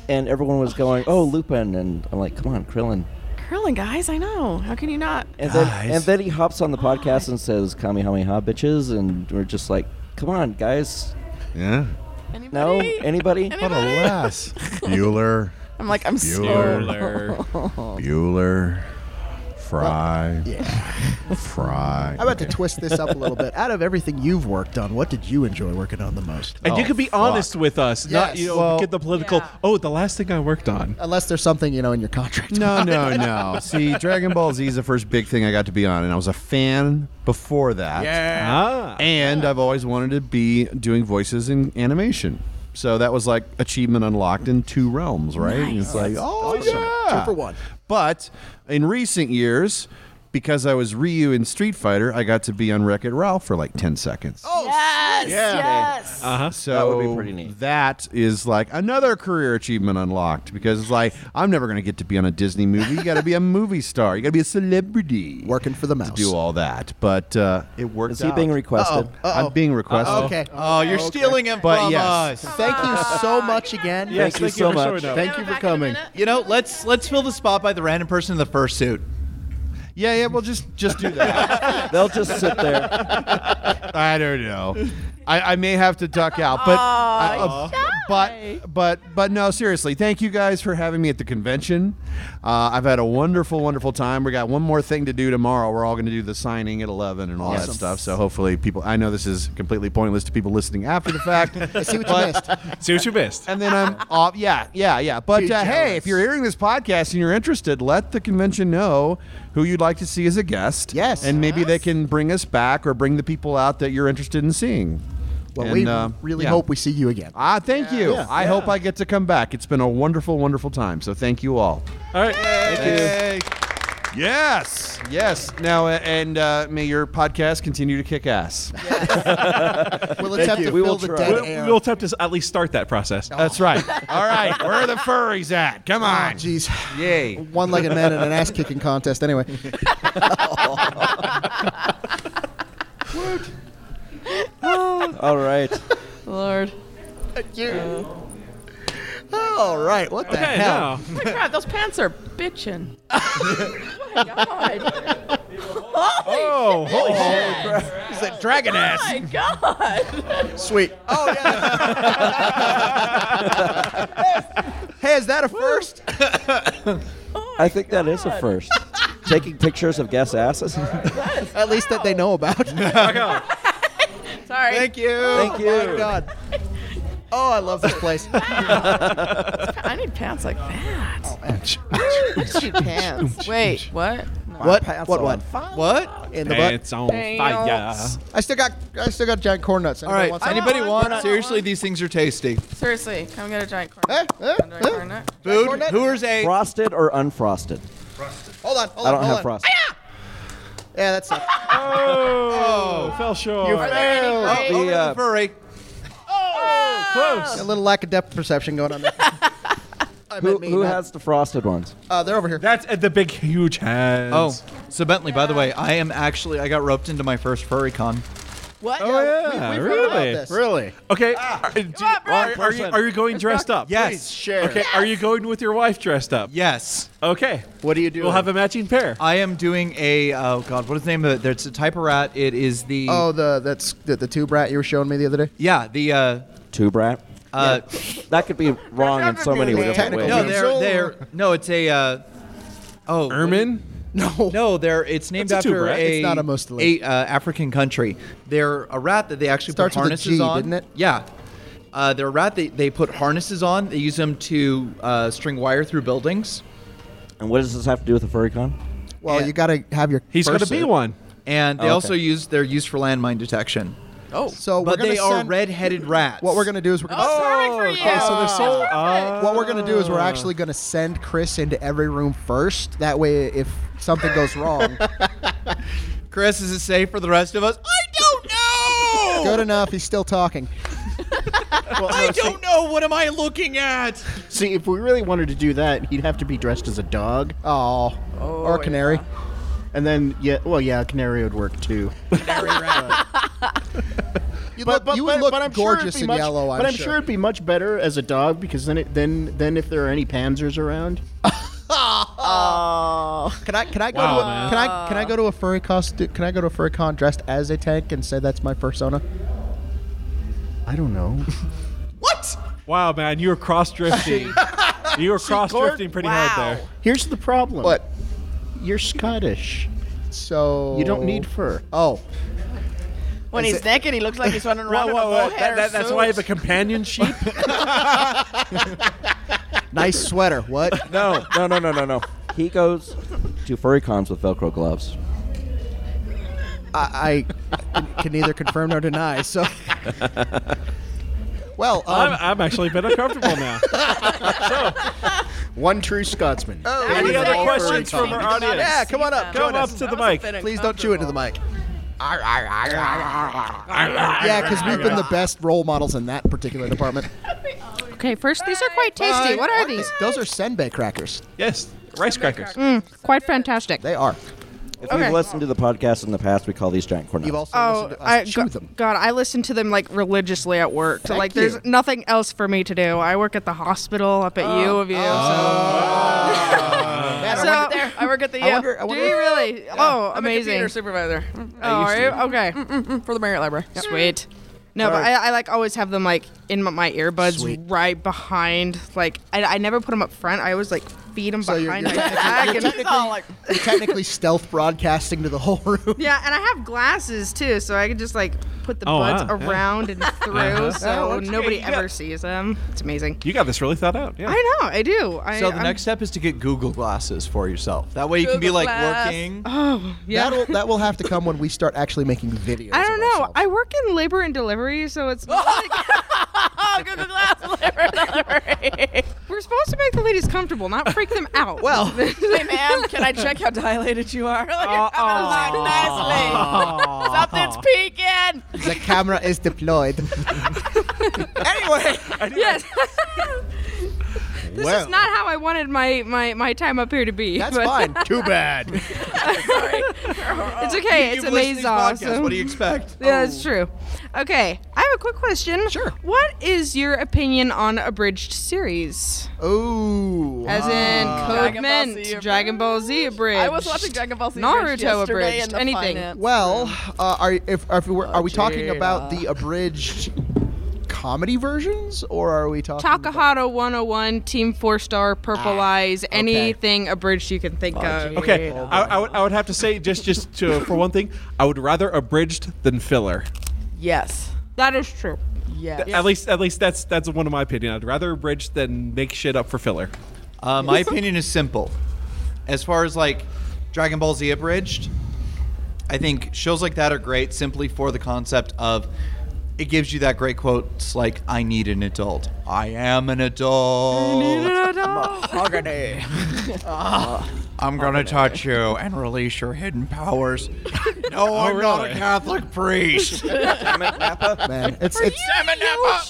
and everyone was going, "Oh, Lupin," and I'm like, "Come on, Krillin."
Curling, guys, I know. How can you not?
And then and then he hops on the podcast and says, "Kamehameha, bitches," and we're just like, "Come on, guys."
Yeah.
No, anybody?
What a Anybody?
lass. Bueller.
I'm like, I'm
Bueller.
slow.
Bueller. Fry. Fry.
I'm about to twist this up a little bit. Out of everything you've worked on, what did you enjoy working on the most?
And you could
Oh,
be honest with us, not
Yes.
you know
Well-
get the political. Oh, the last thing I worked on.
Unless there's something you know in your contract.
No, no, no. See, Dragon Ball Z is the first big thing I got to be on, and I was a fan before that.
Yeah.
Ah. And I've always wanted to be doing voices in animation. So that was like achievement unlocked in two realms, right? And It's like, oh, yeah.
Two for one.
But in recent years, because I was Ryu in Street Fighter, I got to be on Wreck It Ralph for like 10 seconds.
Oh, yes, yes.
Uh-huh. So that would be pretty neat. That is like another career achievement unlocked because it's like I'm never going to get to be on a Disney movie. You got to be a movie star. You got to be a celebrity.
Working for the mouse.
To do all that, but uh, it worked.
Is he being
out.
requested?
Uh-oh. Uh-oh.
I'm being requested.
Okay.
Oh, you're
Okay.
stealing him
But
from
yes.
us.
Thank you so much again.
Yes,
Thank you thank you so for much. showing up.
Thank you for coming.
You know, let's let's fill the spot by the random person in the fursuit.
Yeah, yeah. We'll just just do that.
They'll just sit there.
I don't know. I, I may have to duck out, but I-
Aw,
uh, but but but no, seriously. Thank you guys for having me at the convention. Uh, I've had a wonderful, wonderful time. We got one more thing to do tomorrow. We're all going to do the signing at eleven and all
Awesome.
that stuff. So hopefully, people. I know this is completely pointless to people listening after the fact.
I see what you
but-
missed.
See what you missed.
And then I'm off. Yeah, yeah, yeah. But
Be
uh, hey,
jealous.
if you're hearing this podcast and you're interested, let the convention know who you'd like to see as a guest. Yes. And maybe they can bring us back or bring the people out that you're interested in seeing.
Well,
And,
we
uh,
really
yeah.
hope we see you again.
Ah, thank you.
Yeah.
I
Yeah.
hope I get to come back. It's been a wonderful, wonderful time. So thank you all.
All right.
Thank you. Yes, yes. Now uh, and uh, may your podcast continue to kick ass.
We'll
Thank
attempt
you.
to
We
fill
will
the
try.
dead
We'll-
air.
We'll attempt to at least start that process.
Oh.
That's right. All right, where are the furries at? Come on.
Oh, Jeez.
Yay.
One-legged man in an ass-kicking contest. Anyway.
Oh,
All right.
Lord.
you. Uh, All right. What the
Okay,
hell?
Oh my god, those pants are bitching. oh my god.
oh,
holy
crap. Is that dragon ass?
Oh my god.
Sweet. Oh yeah. hey, is that a first?
I think that is a first. Taking pictures of guest asses.
At least that they know about.
Sorry.
Thank you.
Thank
Oh
you.
my god. Oh, I love this place. Oh,
I need pants like that.
Cheap pants.
Wait, what?
What? What? What?
What?
In the
Pants
butt.
on Pants. fire.
I still got. I still got giant corn nuts.
All right.
wants some?
Anybody want? Seriously, these things are tasty.
Seriously, come get a giant corn.
Eh,
nut. Come get a corn nut.
Food. Hooers a.
Frosted or unfrosted?
Hold on. Hold
I
on.
don't
hold
have
on.
frosted.
Yeah, that's it.
Oh, fell short.
You
Are there
failed.
any great- Oh, the, uh,
furry.
close. A little lack of depth perception going on there. I
Who,
meant me,
who
not-
has the frosted ones?
Uh, they're over here.
That's at the big, huge hands.
Oh, so Bentley, by the way, I am actually I got roped into my first furry con.
What?
Oh yeah,
we've heard
really,
about this. Really?
Okay, are, do you- are, are you are you going dressed up?
Yes. Please share.
Okay, are you going with your wife dressed up?
Yes.
Okay.
What do you do?
We'll have a matching pair.
I am doing a oh god, what is the name of it? It's a type of rat. It is the
Oh, the that's the, the tube rat you were showing me the other day.
yeah the uh,
Tube rat.
Uh,
that could be wrong in so many different ways.
No, they're, they're no, it's a uh, oh
ermine.
No,
no, they're it's named
That's a tube
after
rat.
a
It's not a mostly.
a, uh, African country. They're a rat that they actually
Starts
put
with a
harnesses
G,
on.
didn't it?
Yeah. Uh, they're a rat. They, they put harnesses on. They use them to uh, string wire through buildings.
And what does this have to do with a furry con?
Well, you got to have your.
He's
fursuit.
And they
Oh, okay.
also use they're used for landmine detection.
Oh,
so
but
we're gonna
they are
send-
red-headed rats.
What we're gonna do is we're gonna.
Oh,
okay. So they're so.
oh.
Uh,
What we're gonna do is we're actually gonna send Chris into every room first. That way, if something goes wrong,
Chris, is it safe for the rest of us? I don't know.
good enough. He's still talking.
I don't know. What am I Oh, looking at?
See, if we really wanted to do that, he'd have to be dressed as a dog.
Oh, or a canary.
And then, yeah, well, yeah, a canary would work too.
You
But-
look,
but-
you would
but-
look
but I'm sure it'd
gorgeous
be
in
much-
yellow. I'm
but I'm
sure.
sure it'd be much better as a dog because then, it, then, then if there are any panzers around,
Oh.
Can I can I go
Wow,
to a,
man.
can I can I go to a furry costume? Can I go to a furry con dressed as a tank and say that's my persona?
I don't know.
what?
Wow, man, you were cross drifting. you were cross drifting pretty hard there.
Here's the problem.
What?
You're Scottish.
So
You don't need fur.
Oh,
When
Is
he's
it-
naked, he looks like he's running around in a mohair
That- that- that's
suit.
why I have a companion sheep.
nice sweater. What?
no, no, no, no, no, no. He goes to furry cons with Velcro gloves.
I, I can neither confirm nor deny. So well,
I'm,
um,
I'm actually a bit uncomfortable now.
One true Scotsman.
Oh,
Any other questions
furry
from our
con.
audience?
Yeah, come on up.
Come
join
up
us.
to the mic.
Please don't chew into the mic. yeah, because we've been the best role models in that particular department.
Okay, first, these are quite tasty. What are these?
Those are senbei crackers.
Yes, rice crackers.
Mm, quite fantastic.
They are.
If
Okay.
you've listened to the podcast in the past, we call these giant corn nuts.
You've also
Oh,
listened to us
I,
chew
go-
them.
God, I listen to them like religiously at work. So,
Thank
like, there's
you.
nothing else for me to do. I work at the hospital up at U of U.
Oh, Man,
So, so
I wonder-
I work at the U.
I wonder- I wonder-
do you really? oh,
I'm
amazing.
A computer supervisor.
Oh, are you?
to.
Okay. Mm, mm, mm, For the Marriott Library.
Yep.
Sweet. No, but I,
Alright.
I like always have them like
in my, my earbuds right behind. Like I, I never put them up front. I always like feed them
So you're-
behind
you're
my
technically-
back,
you're
and it's all like
You're technically stealth broadcasting to the whole room.
yeah. And I have glasses too, so I can just like put the
Oh,
buds
wow, yeah.
around and through,
Uh-huh.
so
Oh, okay,
nobody
you got-
ever sees them. It's amazing.
You got this really thought out. Yeah.
I know. I do. I,
so the
I'm-
next step is to get Google Glasses for yourself. That way you can be
Google
like
Glass.
working.
Oh yeah.
That'll, that will have to come when we start actually making videos.
I don't know. I work in labor and delivery, so it's not like Google Glass labor and delivery. We're supposed to make the ladies comfortable, not freak them out. Well, hey
ma'am, can I check how dilated you are? Look
Oh,
at how nicely. Something's peeking.
The camera is deployed.
Anyway, yes. this
Well.
is not how I wanted my, my, my time up here to be.
That's
but-
fine. Too bad.
It's okay. it's
You've listened to
amazing.
these podcasts. What do you expect?
Yeah, that's true. Okay, I have a quick question. Sure. What is your opinion on abridged series?
Oh.
As in Code
Dragon Ball
Mint,
Z
Dragon Ball Z abridged.
I was watching Dragon Ball Z
Naruto
abridged yesterday
abridged.
in the
anything.
finance
Well, uh, are if, are, we, are we talking
Vegeta.
about
uh,
the abridged comedy versions, or are we talking?
Takahata 101, Team Four Star, Purple Eyes, anything abridged you can think of.
Okay, I, I, would, I would have to say just just to, for one thing, I would rather abridged than filler.
Yes.
That is true.
Yeah.
At least at least that's that's one of my opinion. I'd rather abridged than make shit up for filler.
Uh, my opinion is simple. As far as like Dragon Ball Z abridged, I think shows like that are great simply for the concept of it gives you that great quote it's like I need an adult. I am an adult.
Mahogany.
I'm gonna touch you and release your hidden powers.
Oh,
No, I'm not a Catholic priest.
Damn
it, Napa.
Man, it's it's.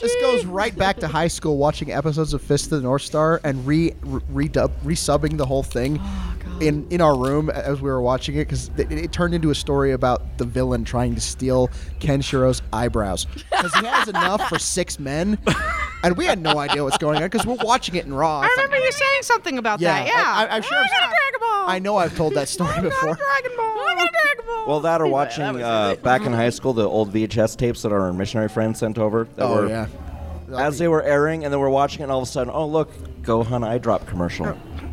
This goes right back to high school, watching episodes of Fist of the North Star and re, re redub, resubbing the whole thing
Oh,
in in our room as we were watching it because it, it turned into a story about the villain trying to steal Kenshiro's eyebrows because he has enough for six men, and we had no idea what's going on because we're watching it in raw.
I
It's like,
remember you saying something about
Yeah,
that. Yeah, Oh,
I- I- I'm sure
i
I've-
Dragon Ball.
I know I've told that story before.
Dragon Ball. I got a Dragon Ball.
Well, that or watching uh, back in high school the old VHS tapes that our missionary friends sent over. That
Oh,
were,
yeah.
As they were airing, and then we're watching it, and all of a sudden, oh look, Gohan eye drop commercial.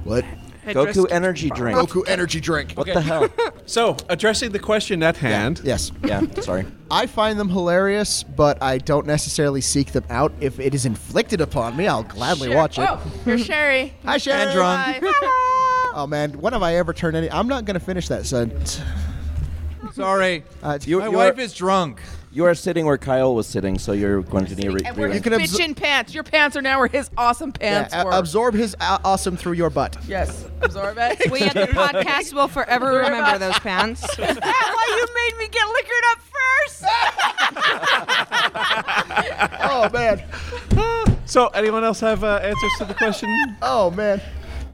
What?
Goku energy drink.
Goku energy drink.
What the hell?
so addressing the question at hand.
yes.
Yeah. Sorry.
I find them hilarious, but I don't necessarily seek them out. If it is inflicted upon me, I'll gladly watch it.
Oh, here's Sherry.
Hi, Sherry.
And drunk.
Oh man, when have I ever turned any? I'm not gonna finish that sentence.
Sorry,
uh,
my wife is drunk.
You are sitting where Kyle was sitting, so you're going to need. Re-
And we're
re-
his bitchin' pants. Your pants are now where his awesome pants
Yeah, a-
were.
absorb his a- awesome through your butt.
yes. Absorb it.
We at the podcast will forever
You're
remember
about-
those pants.
That's why you made me get liquored up
Oh man.
So anyone else have uh, answers to the question?
Oh man,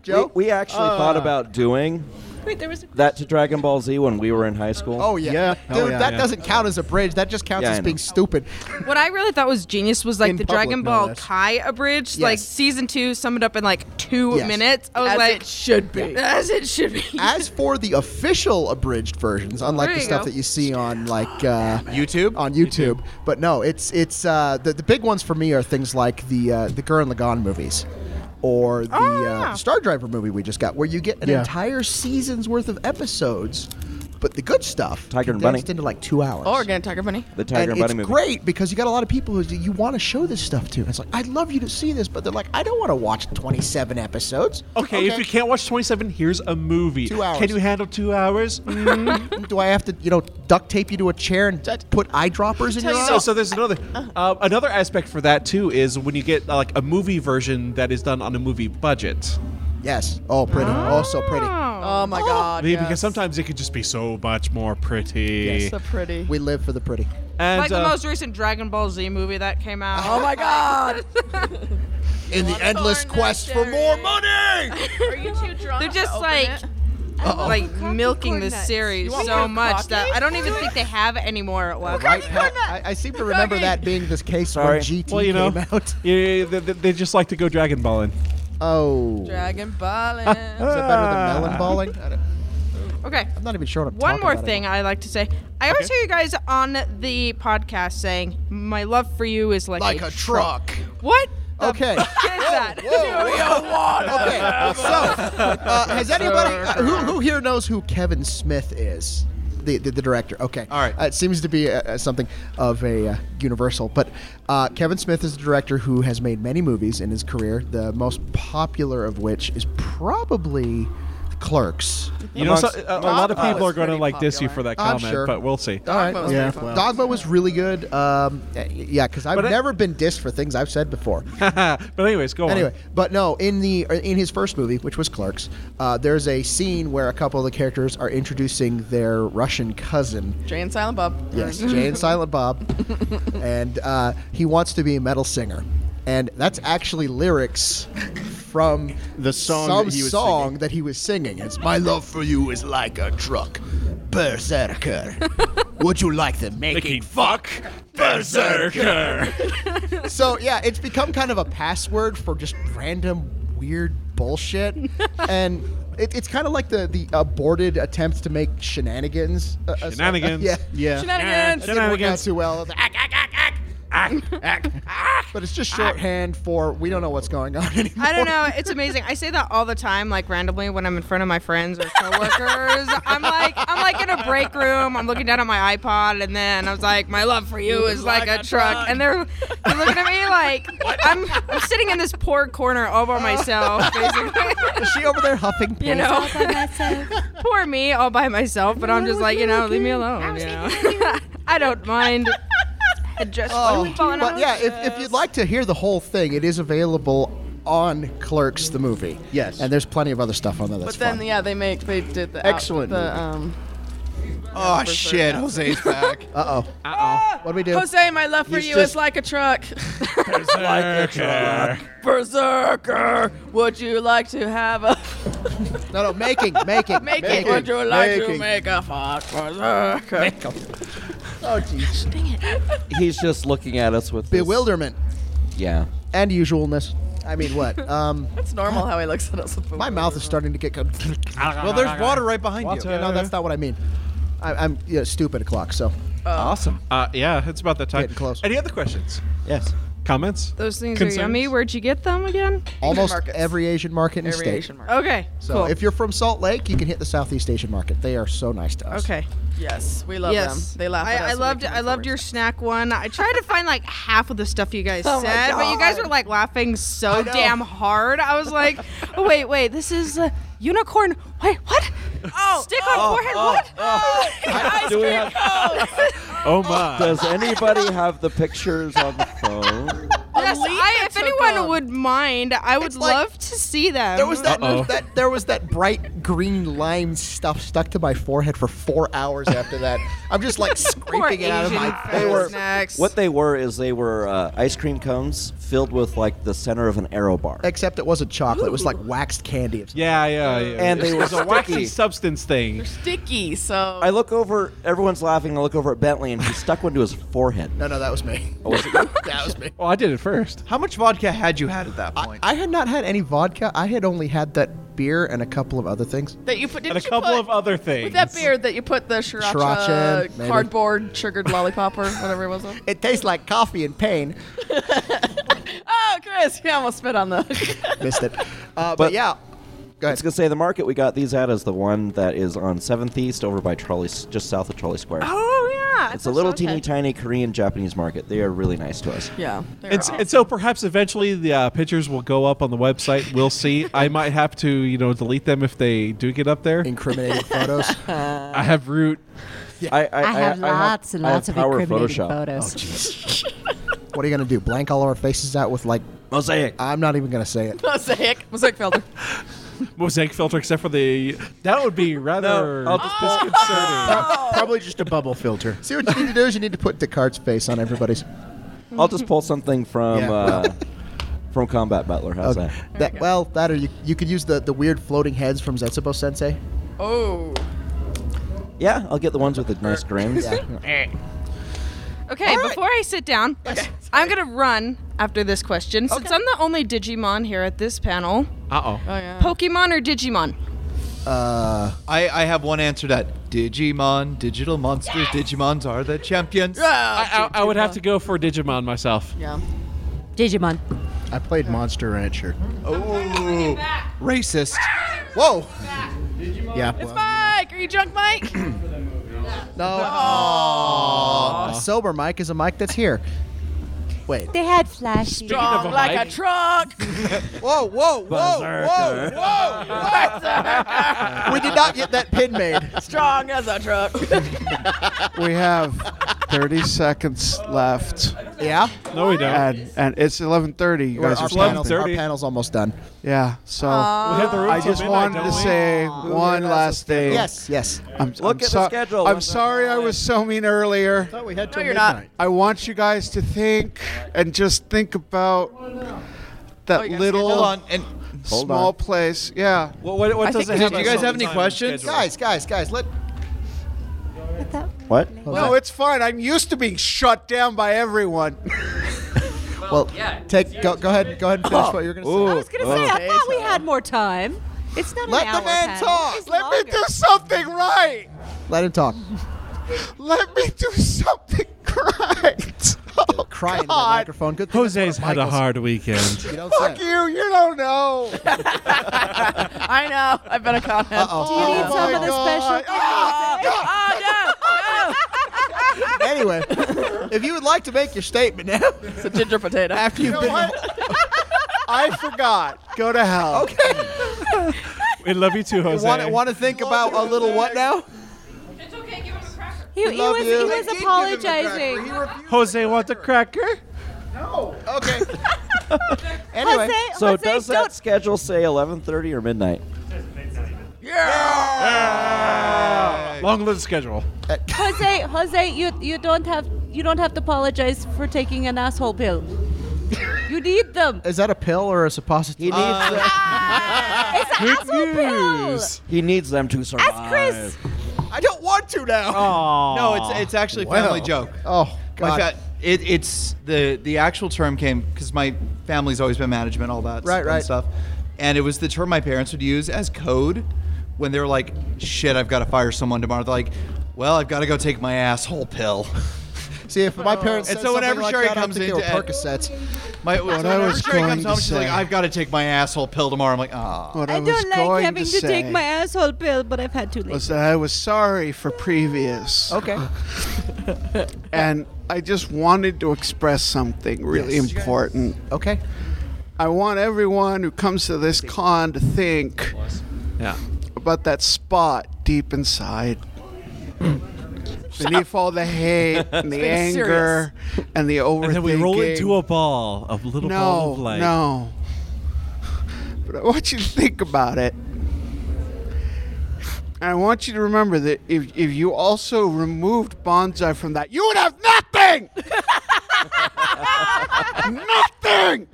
Joe.
We, we actually
Uh,
thought about doing
first. Wait, there was.
that to Dragon Ball Z when we were in high school.
Oh yeah. Dude,
Oh, yeah.
that
Yeah.
doesn't count as a bridge. That just counts
Yeah,
as
I
being
know.
stupid.
What I really thought was genius was like
In
the
public,
Dragon
no
Ball
less.
Kai abridged, like season two summed up in like two
Yes.
minutes. I was
As
like,
it should be.
as it should be.
As for the official abridged versions, unlike
There
the
you
stuff
go.
that you see on like uh,
YouTube,
on YouTube. But no, it's it's uh, the the big ones for me are things like the uh, the Gurren Lagann movies. Or the
Ah.
uh, Star Driver movie we just got, where you get an
Yeah.
entire season's worth of episodes, but the good stuff
Tiger and
condensed
Bunny.
into like two hours.
Oh, again, Tiger Bunny.
The
and
Tiger and Bunny
it's
movie.
great because you got a lot of people who you want to show this stuff to. It's like I'd love you to see this, but they're like, I don't want to watch 27 episodes.
Okay, if you can't watch 27, here's a movie.
Two hours. Mm-hmm.
Can you handle two hours?
Do I have to, you know, duct tape you to a chair and put eyedroppers in your
So,
eyes?
so there's another
Uh-huh.
uh, another aspect for that too is when you get uh, like a movie version that is done on a movie budget.
Yes. Oh, pretty. Oh, so pretty.
Oh my God.
Yeah,
yes.
Because sometimes it could just be so much more pretty.
Yes, so pretty.
We live for the pretty.
And
like the
uh,
most recent Dragon Ball Z movie that came out.
Oh my God.
In the endless quest for more money.
Are you too drunk?
They're
to
just
open
like
it?
like milking this
nuts. You
series
want
so
corn
much
coffee?
that I don't even think they have it anymore at Web.
Right, Pat? I, I seem to remember that being the case
sorry.
when GT
well, you know,
came out.
Yeah, yeah, yeah, they, they just like to go Dragon Balling.
Oh.
Dragon Ballin.
Ah.
Is it better than melon balling?
Okay.
I'm not even sure what I'm
One
talking
more
about.
thing I like to say. I always hear you guys on the podcast saying, "My love for you is like
Like a truck."
What?
Okay.
that?
Okay. So, uh, has anybody uh, who, who here knows who Kevin Smith is? The, the, the director. Okay. All right. Uh, it seems to be uh, something of a uh, universal, but uh, Kevin Smith is a director who has made many movies in his career. The most popular of which is probably Clerks.
You know, so, uh,
Amongst-
a, a lot of
Dogma
people are
was
going to
pretty
like diss you for that
I'm
comment,
sure.
but we'll see.
All right.
yeah.
Dogma was really good. Um, y- yeah, because I've
But uh, I-
never been dissed for things I've said before.
but anyways, go
anyway,
on.
but no, in the in his first movie, which was Clerks, uh, there's a scene where a couple of the characters are introducing their Russian cousin.
Jay and Silent Bob.
Yes, Jay and Silent Bob, and uh, he wants to be a metal singer, and that's actually lyrics from the
song
some
that he was
song that he was singing. It's my love for you is like a truck, berserker. Would you like the making fuck?
Berserker.
so yeah, it's become kind of a password for just random weird bullshit, and it, it's kind of like the the aborted attempts to make shenanigans. uh, uh,
Shenanigans.
yeah,
Yeah. Shenanigans.
That didn't work out
Shenanigans.
too well. The ack, ack, ack, ack. But it's just shorthand for we don't know what's going on anymore.
I don't know. It's amazing. I say that all the time, like randomly when I'm in front of my friends or coworkers. I'm like, I'm like in a break room. I'm looking down at my iPod, and then I was like, "My love for you is like, a, truck. and they're, they're looking at me like I'm, I'm sitting in this poor corner all by myself, basically.
Is she over there huffing?
You know, poor me, all by myself. But I'm just like, you know, leave me alone. You know? I don't mind. Just falling
Oh, but
out.
yeah, if, if you'd like to hear the whole thing, it is available on Clerks the movie. Yes, and there's plenty of other stuff on there. That's
but then,
fun.
yeah, they make they did the
Excellent
Out,
movie.
the, um,
Oh shit, Jose's back.
uh oh.
Uh oh.
What do we do?
Jose, my love for
He's
you
just-
is like a truck.
Berserker.
Berserker, would you like to have a
no no making making
make
making,
it? Would you like to
making.
make a fuck berserker?
Make Oh jeez.
Dang it.
He's just looking at us with this-
Bewilderment
Yeah.
and usualness. I mean, what? Um,
That's normal how he looks at us.
my mouth is starting to get. Con-
Well, there's water right
behind
you.
Yeah, no, that's not what I mean. I, I'm yeah, stupid o'clock. So
Oh.
Awesome. Uh, yeah, it's about that time.
Getting close.
Any other questions?
Yes.
Comments?
Those things
Concerns?
are yummy. Where'd you get them again?
almost every Asian market in the
Every
state.
Asian market. Okay,
So
cool.
if you're from Salt Lake, you can hit the Southeast Asian market. They are so nice to us.
Okay.
Yes, we love them. They laugh
I,
at us
I
when we
loved.
come
I loved your snack one. I tried to find like half of the stuff you guys
Oh my
said, but you guys were like laughing so damn hard. I was like, oh, wait, wait, this is a unicorn. Wait, what? Oh, stick on forehead. what?
Do we have-
oh my.
Does anybody have the pictures on the phone?
Yes, I, if anyone would mind, I would love to see them.
There was that,
Uh-oh.
that there was that bright green lime stuff stuck to my forehead for four hours after that. I'm just like scraping it out of my face.
They were- What they were is they were uh, ice cream cones filled with like the center of an arrow bar.
Except it wasn't chocolate. It was like waxed candy. Of
Yeah, yeah, yeah.
And they
It
were
was a waxy
sticky.
substance thing.
sticky, so
I look over, everyone's laughing. I look over at Bentley, and he stuck one to his forehead.
No, no, that was me.
Oh, was it
that was me.
Well, Oh, I did it first.
How much vodka had you had at that point? I, had not had any vodka. I had only had that beer and a couple of other things.
that you put. Did
And a couple
you put,
of other things.
With that beard that you put the sriracha,
Sriracha, maybe.
cardboard sugared lollipop or whatever it was. on.
It tastes like coffee and pain.
Oh, Chris, you almost spit on the.
Missed it. Uh, but,
But-
yeah,
I was gonna say the market we got these at is the one that is on Seventh East, over by Trolley, just south of Trolley Square.
Oh yeah.
it's a little teeny tiny Korean Japanese market. They are really nice to us.
Yeah.
And, s- and so perhaps eventually the uh, pictures will go up on the website. We'll see. I might have to, you know, delete them if they do get up there.
Incriminating photos.
I have root.
I,
I have lots and
I have
lots of
power
incriminating
Photoshop.
photos.
Oh, what are you gonna do? Blank all our faces out with like
mosaic?
I'm not even gonna say it.
Mosaic. Mosaic filter.
Mosaic filter, except for the. That would be rather
Oh.
disconcerting.
Probably
just a bubble filter.
See what you need to do is you need to put Descartes' face on everybody's.
I'll just pull something from
Yeah.
uh, from Combat Butler. How's
Okay.
that?
That, well, that or you, you could use the, the weird floating heads from Zetsubo Sensei.
Oh.
Yeah, I'll get the ones with the nice grins.
Okay, before I sit down, I'm gonna run after this question since I'm the only Digimon here at this panel.
Uh oh.
Oh yeah.
Pokemon or Digimon?
Uh,
I, I have one answer to that Digimon, digital monsters, Digimons are the champions.
I, I, I would have to go for Digimon myself.
Yeah.
Digimon.
I played Monster Rancher.
Oh, racist.
Whoa. Yeah.
It's Mike. Are you drunk, Mike?
Oh. No. A sober Mike is a Mike that's here. Wait.
They had flash.
Strong like a truck.
whoa, whoa, whoa, whoa, whoa, We did not get that pin made.
Strong as a truck.
we have 30 seconds left.
Yeah?
No, we don't.
And, and it's 11:30. You
We're-
guys
our,
are
panel's, our
stopping.
panel's almost done.
Yeah. So
We have the room
I
till
just
midnight,
wanted
don't
to
we?
say one last thing.
Yes, yes.
I'm,
Look
I'm
at the
so-
schedule.
I'm
What's
sorry I was so mean earlier.
thought we had
till you're not. midnight.
I want you guys to think and just think about that
Oh, you guys
little
schedule on and- Hold
small
on.
place. Yeah.
What,
what I does think it we have should- do you guys have any time on the questions? schedule?
Guys, guys, guys, let.
What?
No, it's fine. I'm used to being shut down by everyone.
Well, take go, go ahead, go ahead and
Oh.
finish what you're gonna say.
I was gonna say I thought we had more time. It's not
Let
an
the
hour
man
panel.
talk.
It's
Let me
longer.
do something right.
Let him talk.
Let me do something right. Oh,
Crying in the
God.
microphone. Good thing
Jose's
it's not
had a
Michael's.
hard weekend.
You don't
Fuck
say.
you. You don't know.
I know. I've been a comment.
Do you
Oh
need some of the special?
Ah, Anyway, if you would like to make your statement now,
It's a ginger potato.
after you've been,
I forgot. Go to hell.
okay,
We love you too, Jose.
want to want to think about a little what now?
He, he
ah. love
was
you.
he
I did
was
give him a
apologizing.
Jose wants a cracker.
Okay.
Anyway, Jose,
So
Jose,
does
don't
that schedule say 11:30 or midnight?
Long live the schedule.
Jose Jose you you don't have you don't have to apologize for taking an asshole pill. You need them.
Is that a pill or a suppository?
He needs uh,
It's an asshole pill.
he needs them to survive.
Chris.
I don't want to now.
No, it's it's actually a family joke.
Oh
My
God.
fa- it, it's the the actual term came because my family's always been management, all that
Right,
fun
right.
stuff, and it was the term my parents would use as code when they were like, "Shit, I've got to fire someone tomorrow." They're like, "Well, I've got to go take my asshole pill."
See, if my parents
And
said
so whenever
something like
Sherry
that,
comes
I think
into
they were Percocets.
My so
I
whenever
was
Sherry
going
comes
to
home, she's
say-
like, "I've got to take my asshole pill tomorrow." I'm like, "Ah."
What
I,
I, was
don't like
going
having to,
to,
take
say
my asshole pill, but I've had to lately.
was that I was sorry for previous.
Okay.
and I just wanted to express something really
Yes.
important.
Okay.
I want everyone who comes to this con to think
Yeah.
about that spot deep inside. Beneath all the hate and the
being
anger and the overthinking.
And then we roll into a ball, a little
no,
ball of light.
No. But I want you to think about it. And I want you to remember that if, if you also removed bonsai from that, you would have nothing! nothing!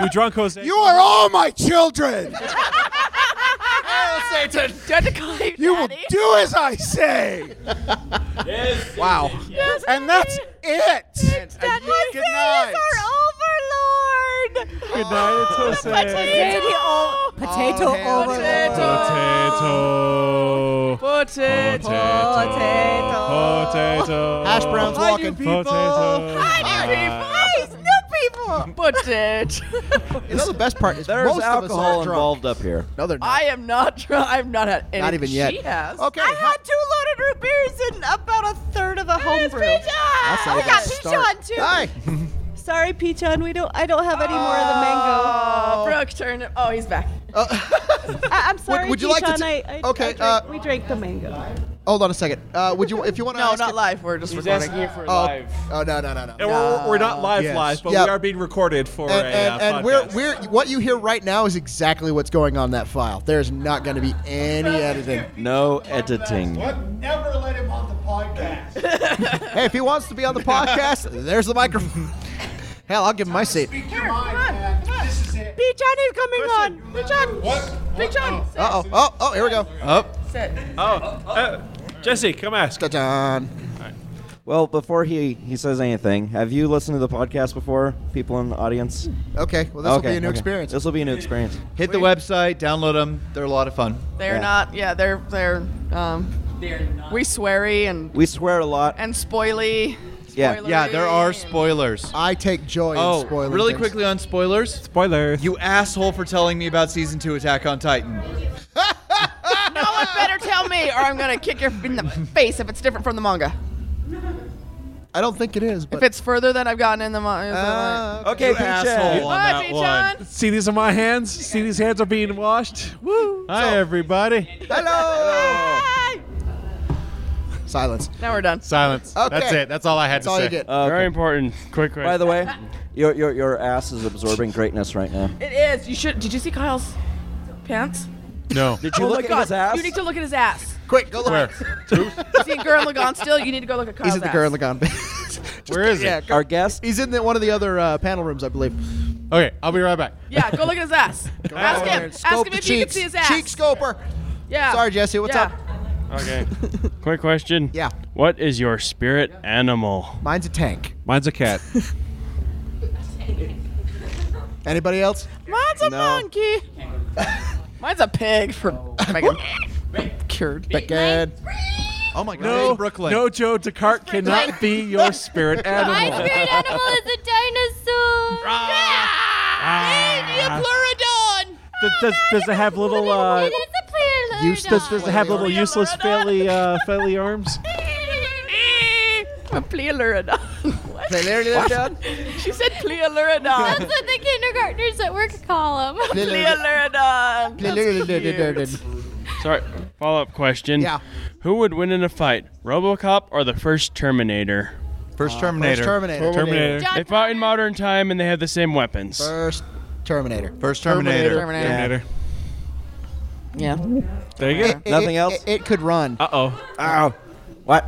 You drunk, Jose?
You are all my children!
Satan. Don't you call you
You will
daddy?
do as I say! wow. And that's it!
That was
Good
it,
night.
our overlord. Oh,
Good night, it's Jose.
Potato, potato overlord.
Potato.
Potato.
Potato.
Hash browns walking.
Potato.
Hi, new people.
Potato.
You know the best part is
There's
most of us
alcohol
are drunk.
involved up here.
No, they're not.
I am not drunk. I've not had any.
Not even yet.
She has.
Okay.
I had two loaded root beers and about a third of a homebrew.
That's how
Oh,
you
we got
gotta
peach
start.
on too.
Hi.
Sorry, peach on. We don't. I don't have any more of the mango.
Oh, Brooke turned. it- Oh, he's back.
I, I'm sorry,
Uh, would you
peach
like to
on.
t-
I- I-
okay,
I drank-
uh,
we drank the mango.
Hold on a second. Uh, would you, if you want to?
No,
ask
not
it-
live. We're just
He's
recording.
asking you for
Oh,
live.
oh no, no, no, no.
And we're, we're not live
Yes.
live, but
Yep.
we are being recorded for
and,
a
and,
uh,
and
podcast.
we're, we're what you hear right now is exactly what's going on in that file. There's not going to be any editing.
No editing.
Never let him on the podcast.
Hey, if he wants to be on the podcast, there's the microphone. Hell, I'll give him my seat.
This is it.
Peach on is coming on. Peach on.
Big John. sit.
Uh oh, oh, oh, here we go.
Up.
Sit.
Jesse, come ask.
Ta-daan.
Well, before he, he says anything, have you listened to the podcast before, people in the audience?
Okay, well, this will
Okay,
be a new
okay.
experience.
This will be a new experience.
Hit the website, download them. They're a lot of fun.
They're not. Yeah, they're they're. Um, they're not. We sweary and
We swear a lot.
and spoily.
Yeah,
yeah. There are spoilers.
I take joy
oh,
in spoiling.
really
things.
quickly on spoilers.
Spoilers.
You asshole for telling me about season two Attack on Titan.
no one better tell me, or I'm gonna kick your in the face if it's different from the manga.
I don't think it is. Ah,
If it's further than I've gotten in the manga.
okay,
You Peach asshole on Hi, that Peach one.
See, these are my hands. See, these hands are being washed. Woo! Hi, everybody.
Hello. Silence.
Now we're done.
Silence. That's it. That's all I had to say.
Very
important. Quick, quick.
By the way, your, your, your ass is absorbing greatness right now.
It is. You should. Did you see Kyle's pants?
No. Did you
Oh my
look at
God,
his ass?
You need to look at his ass.
Quick, go
look. Where? you see Gurren Lagann still? You need to go look at Kyle's
He's at the
ass.
Gurren Lagann. Where
is
he? Yeah,
Our
guest.
He's in the, one of the other uh, panel rooms, I believe.
Okay, I'll be right back.
Yeah, go look at his ass. Ask
over there
him.
and
Ask
scope
him
the
if you can
cheeks.
see his ass.
Cheek scoper.
Yeah.
Sorry, Jesse, what's
Yeah.
up?
Okay. Quick question.
Yeah.
What is your spirit animal?
Mine's a tank.
Mine's a cat.
Anybody else?
Mine's a monkey. Mine's a pig for making cured.
Good.
Oh my God.
No,
Brooklyn.
no, Joe Descartes cannot be your spirit animal.
My spirit animal is a dinosaur.
Ah.
Pleurodon.
Does, does, does it have little uh,
Oh, It is a pleurodon.
use, does, does it have little useless faily uh, faily arms?
A pleurodon. What? She said
That's
pleurodon.
what the kindergartners at work call them.
Pleurodon. That's cute.
Sorry. Follow up question. Yeah. Who would win in a fight, RoboCop or the first Terminator?
First Terminator. first Terminator. Terminator. John
They fought in modern time and they have the same weapons.
First Terminator.
First
Terminator.
Terminator.
Terminator.
Yeah.
There
It- it-
Nothing
it-
else?
It, it could run.
Uh oh.
Ow. What?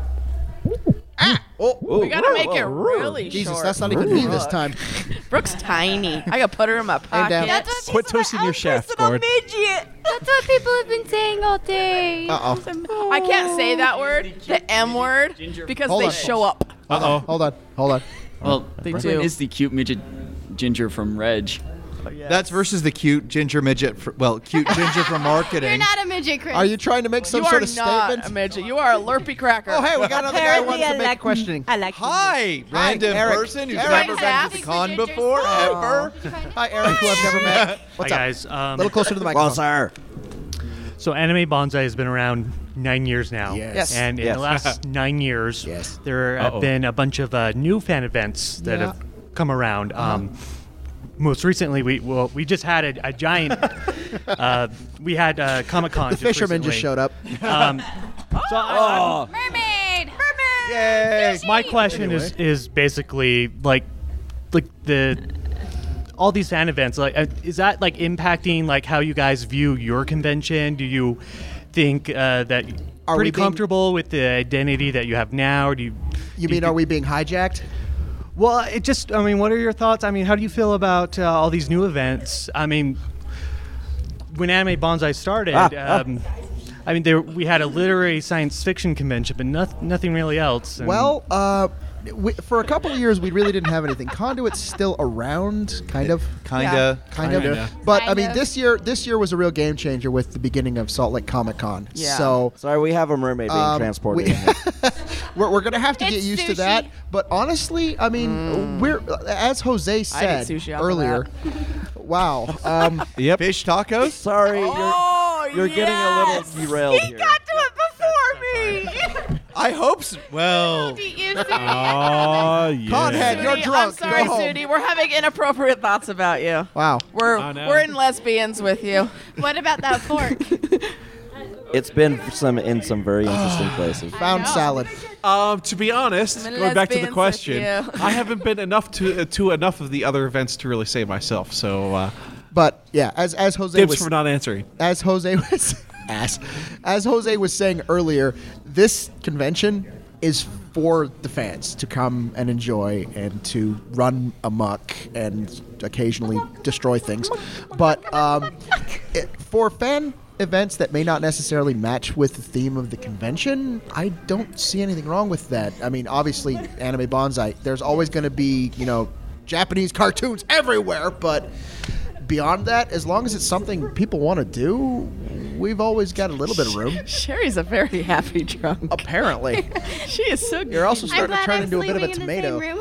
Oh,
We gotta make it really
Jesus,
short.
that's not even me this time.
Brooke's tiny. I gotta put her in my pocket.
down.
That's what
Quit toasting your shaft, Gord.
midget.
That's what people have been saying all day.
Uh
I can't say that word, the M word, because
Hold
they
on.
show up.
Uh oh. Hold on. Hold on.
Well,
They
Brooklyn
do.
is the cute midget ginger from Reg.
That's versus the cute ginger midget. Fr- well, cute ginger from marketing.
You're not a midget, Chris.
trying to make
you are not a midget. You are a lurpy cracker.
Oh, hey, we got another guy who wants to make
like-
questioning.
I like
Hi, random
Eric.
person who's
Eric.
never been to the con before, ever.
Hi, Eric, who I've never met. What's
Hi,
up?
guys. Um,
Little closer to the microphone.
sir.
So, Anime Bonsai has been around nine years now.
Yes. Yes.
And in
Yes.
the last nine years, there have
Uh-oh.
been a bunch of uh, new fan events that
Yeah. Uh-huh.
have come around. Um, most recently, we well, we just had a, a giant. uh, we had uh, Comic Con.
The fisherman just showed up.
Um, so I- I'm-
Mermaid. Mermaid.
my question is is basically like like the all these fan events like uh, is that like impacting like how you guys view your convention do you think uh, that you're
Are we
pretty
being-
comfortable with the identity that you have now or do you
You mean, are we being hijacked?
well uh, it just i mean what are your thoughts i mean how do you feel about uh, all these new events i mean when anime bonsai started
Ah, ah.
um, i mean there we had a literary science fiction convention but noth- nothing really else and-
Well, uh, we, for a couple of years, we really didn't have anything. Conduit's still around, kind of.
Kinda.
Yeah, kind of.
Kinda.
But I
Kind
mean,
of.
this year, this year was a real game changer with the beginning of Salt Lake Comic Con.
Yeah.
So
sorry, we have a mermaid being
um,
transported.
we-
in here.
we're, we're gonna have to
It's
get used
sushi.
to that. But honestly, I mean, we're as Jose said
sushi off of
earlier. wow. Um,
yep.
Fish tacos.
Sorry,
Oh,
you're getting a
yes.
little derailed here.
to it before me.
I hope. So. Well.
Eat you, Sudi.
Oh yeah.
Conhead, you're
Sudi,
drunk.
I'm sorry,
Go home.
Sudi. We're having inappropriate thoughts about you.
Wow.
We're
I know.
we're in lesbians with you.
What about that fork?
It's been some in some very interesting places.
Ah. Found salad.
Um, to be honest,
I'm a
going back to
lesbian,
the
so
question,
cute.
I haven't been enough to uh, to enough of the other events to really say myself. So uh,
But yeah, as as Jose
dibs
was
for not answering.
as Jose was ass, as Jose was saying earlier, this convention is for the fans to come and enjoy and to run amok and occasionally destroy things. But um, it, for fan events that may not necessarily match with the theme of the convention, I don't see anything wrong with that. I mean, obviously, anime bonsai, there's always going to be, you know, Japanese cartoons everywhere, but beyond that, as long as it's something people want to do, we've always got a little bit of room.
Sherry's a very happy drunk.
Apparently.
she is so good.
You're also
I'm
starting
glad
to turn
I'm
into a bit of a
sleeping in the
tomato.
same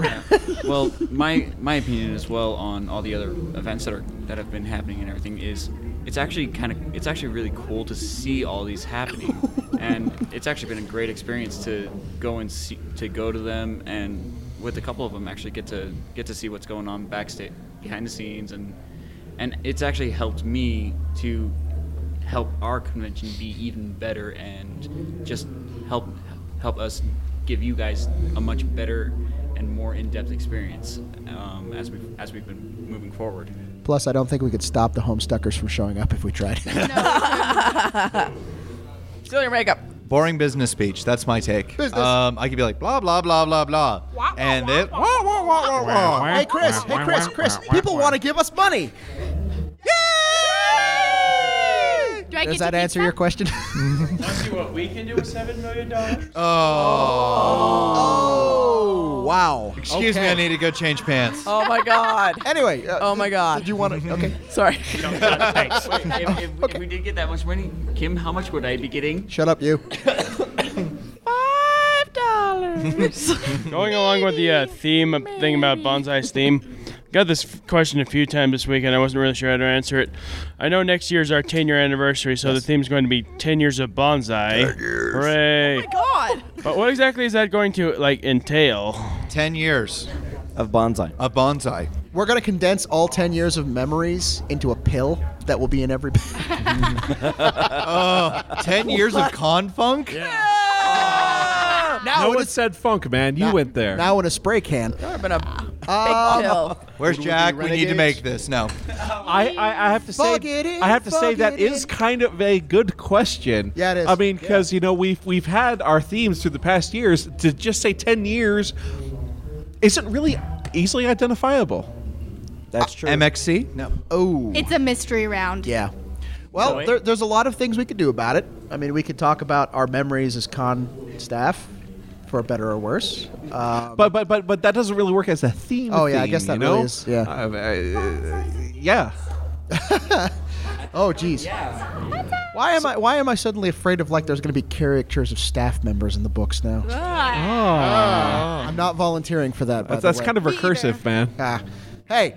room as you.
well, my my opinion as well on all the other events that are that have been happening and everything is it's actually kind of it's actually really cool to see all these happening, and it's actually been a great experience to go and see to go to them and with a couple of them actually get to get to see what's going on backstage behind the scenes and and it's actually helped me to help our convention be even better and just help help us give you guys a much better and more in-depth experience um, as we as we've been moving forward.
Plus, I don't think we could stop the homestuckers from showing up if we tried.
Steal your makeup.
Boring business speech. That's my take. Um, I could be like blah blah blah blah blah, and they wah, wah, wah, wah, wah.
hey, Chris. Hey, Chris. Chris. People want to give us money.
Do I
Does
get
that
to
answer your question?
See what we can do with seven million dollars.
Oh.
Wow.
Excuse me, I need to go change pants.
Oh my god.
anyway.
oh my god. Did
you want to? Okay.
Sorry.
Wait, if, if, we- if we did get that much money, Kim, how much would I be getting?
Shut up, you.
Going along with the uh, theme of- thing about bonsai's theme, got this f- question a few times this week, and I wasn't really sure how to answer it. I know next year's our 10 year anniversary, so the theme's going to be 10 years of bonsai. 10 years. Hooray!
God.
But what exactly is that going to like entail?
Ten years
of bonsai.
Of bonsai.
We're going to condense all 10 years of memories into a pill that will be in every.
Oh, ten years of con funk.
now
no
it
one
is-
said funk, man. You went there.
Now in a spray can.
There have been a big
Um,
pill.
Where's Jack? We need to make this. No.
I, I, I have to say
Fuck it in,
I have to say
fuck
that
it
is
in.
kind of a good question.
Yeah, it is.
I mean, because you know we've we've had our themes through the past years. To just say ten years isn't really easily identifiable.
That's true.
MXC? No.
Oh.
It's a mystery round.
Yeah. Well,
So it-
there, there's a lot of things we could do about it. I mean, we could talk about our memories as con staff, for better or worse. Um,
But but but but that doesn't really work as a theme.
Oh, yeah, I
theme,
guess that
you
really
know?
is- yeah.
I- I- uh, yeah.
oh, jeez. Why am I Why am I suddenly afraid of like there's going to be caricatures of staff members in the books now? I'm not volunteering for that. by
Ah. That's,
the
that's
way.
kind of recursive, man.
Ah. Hey,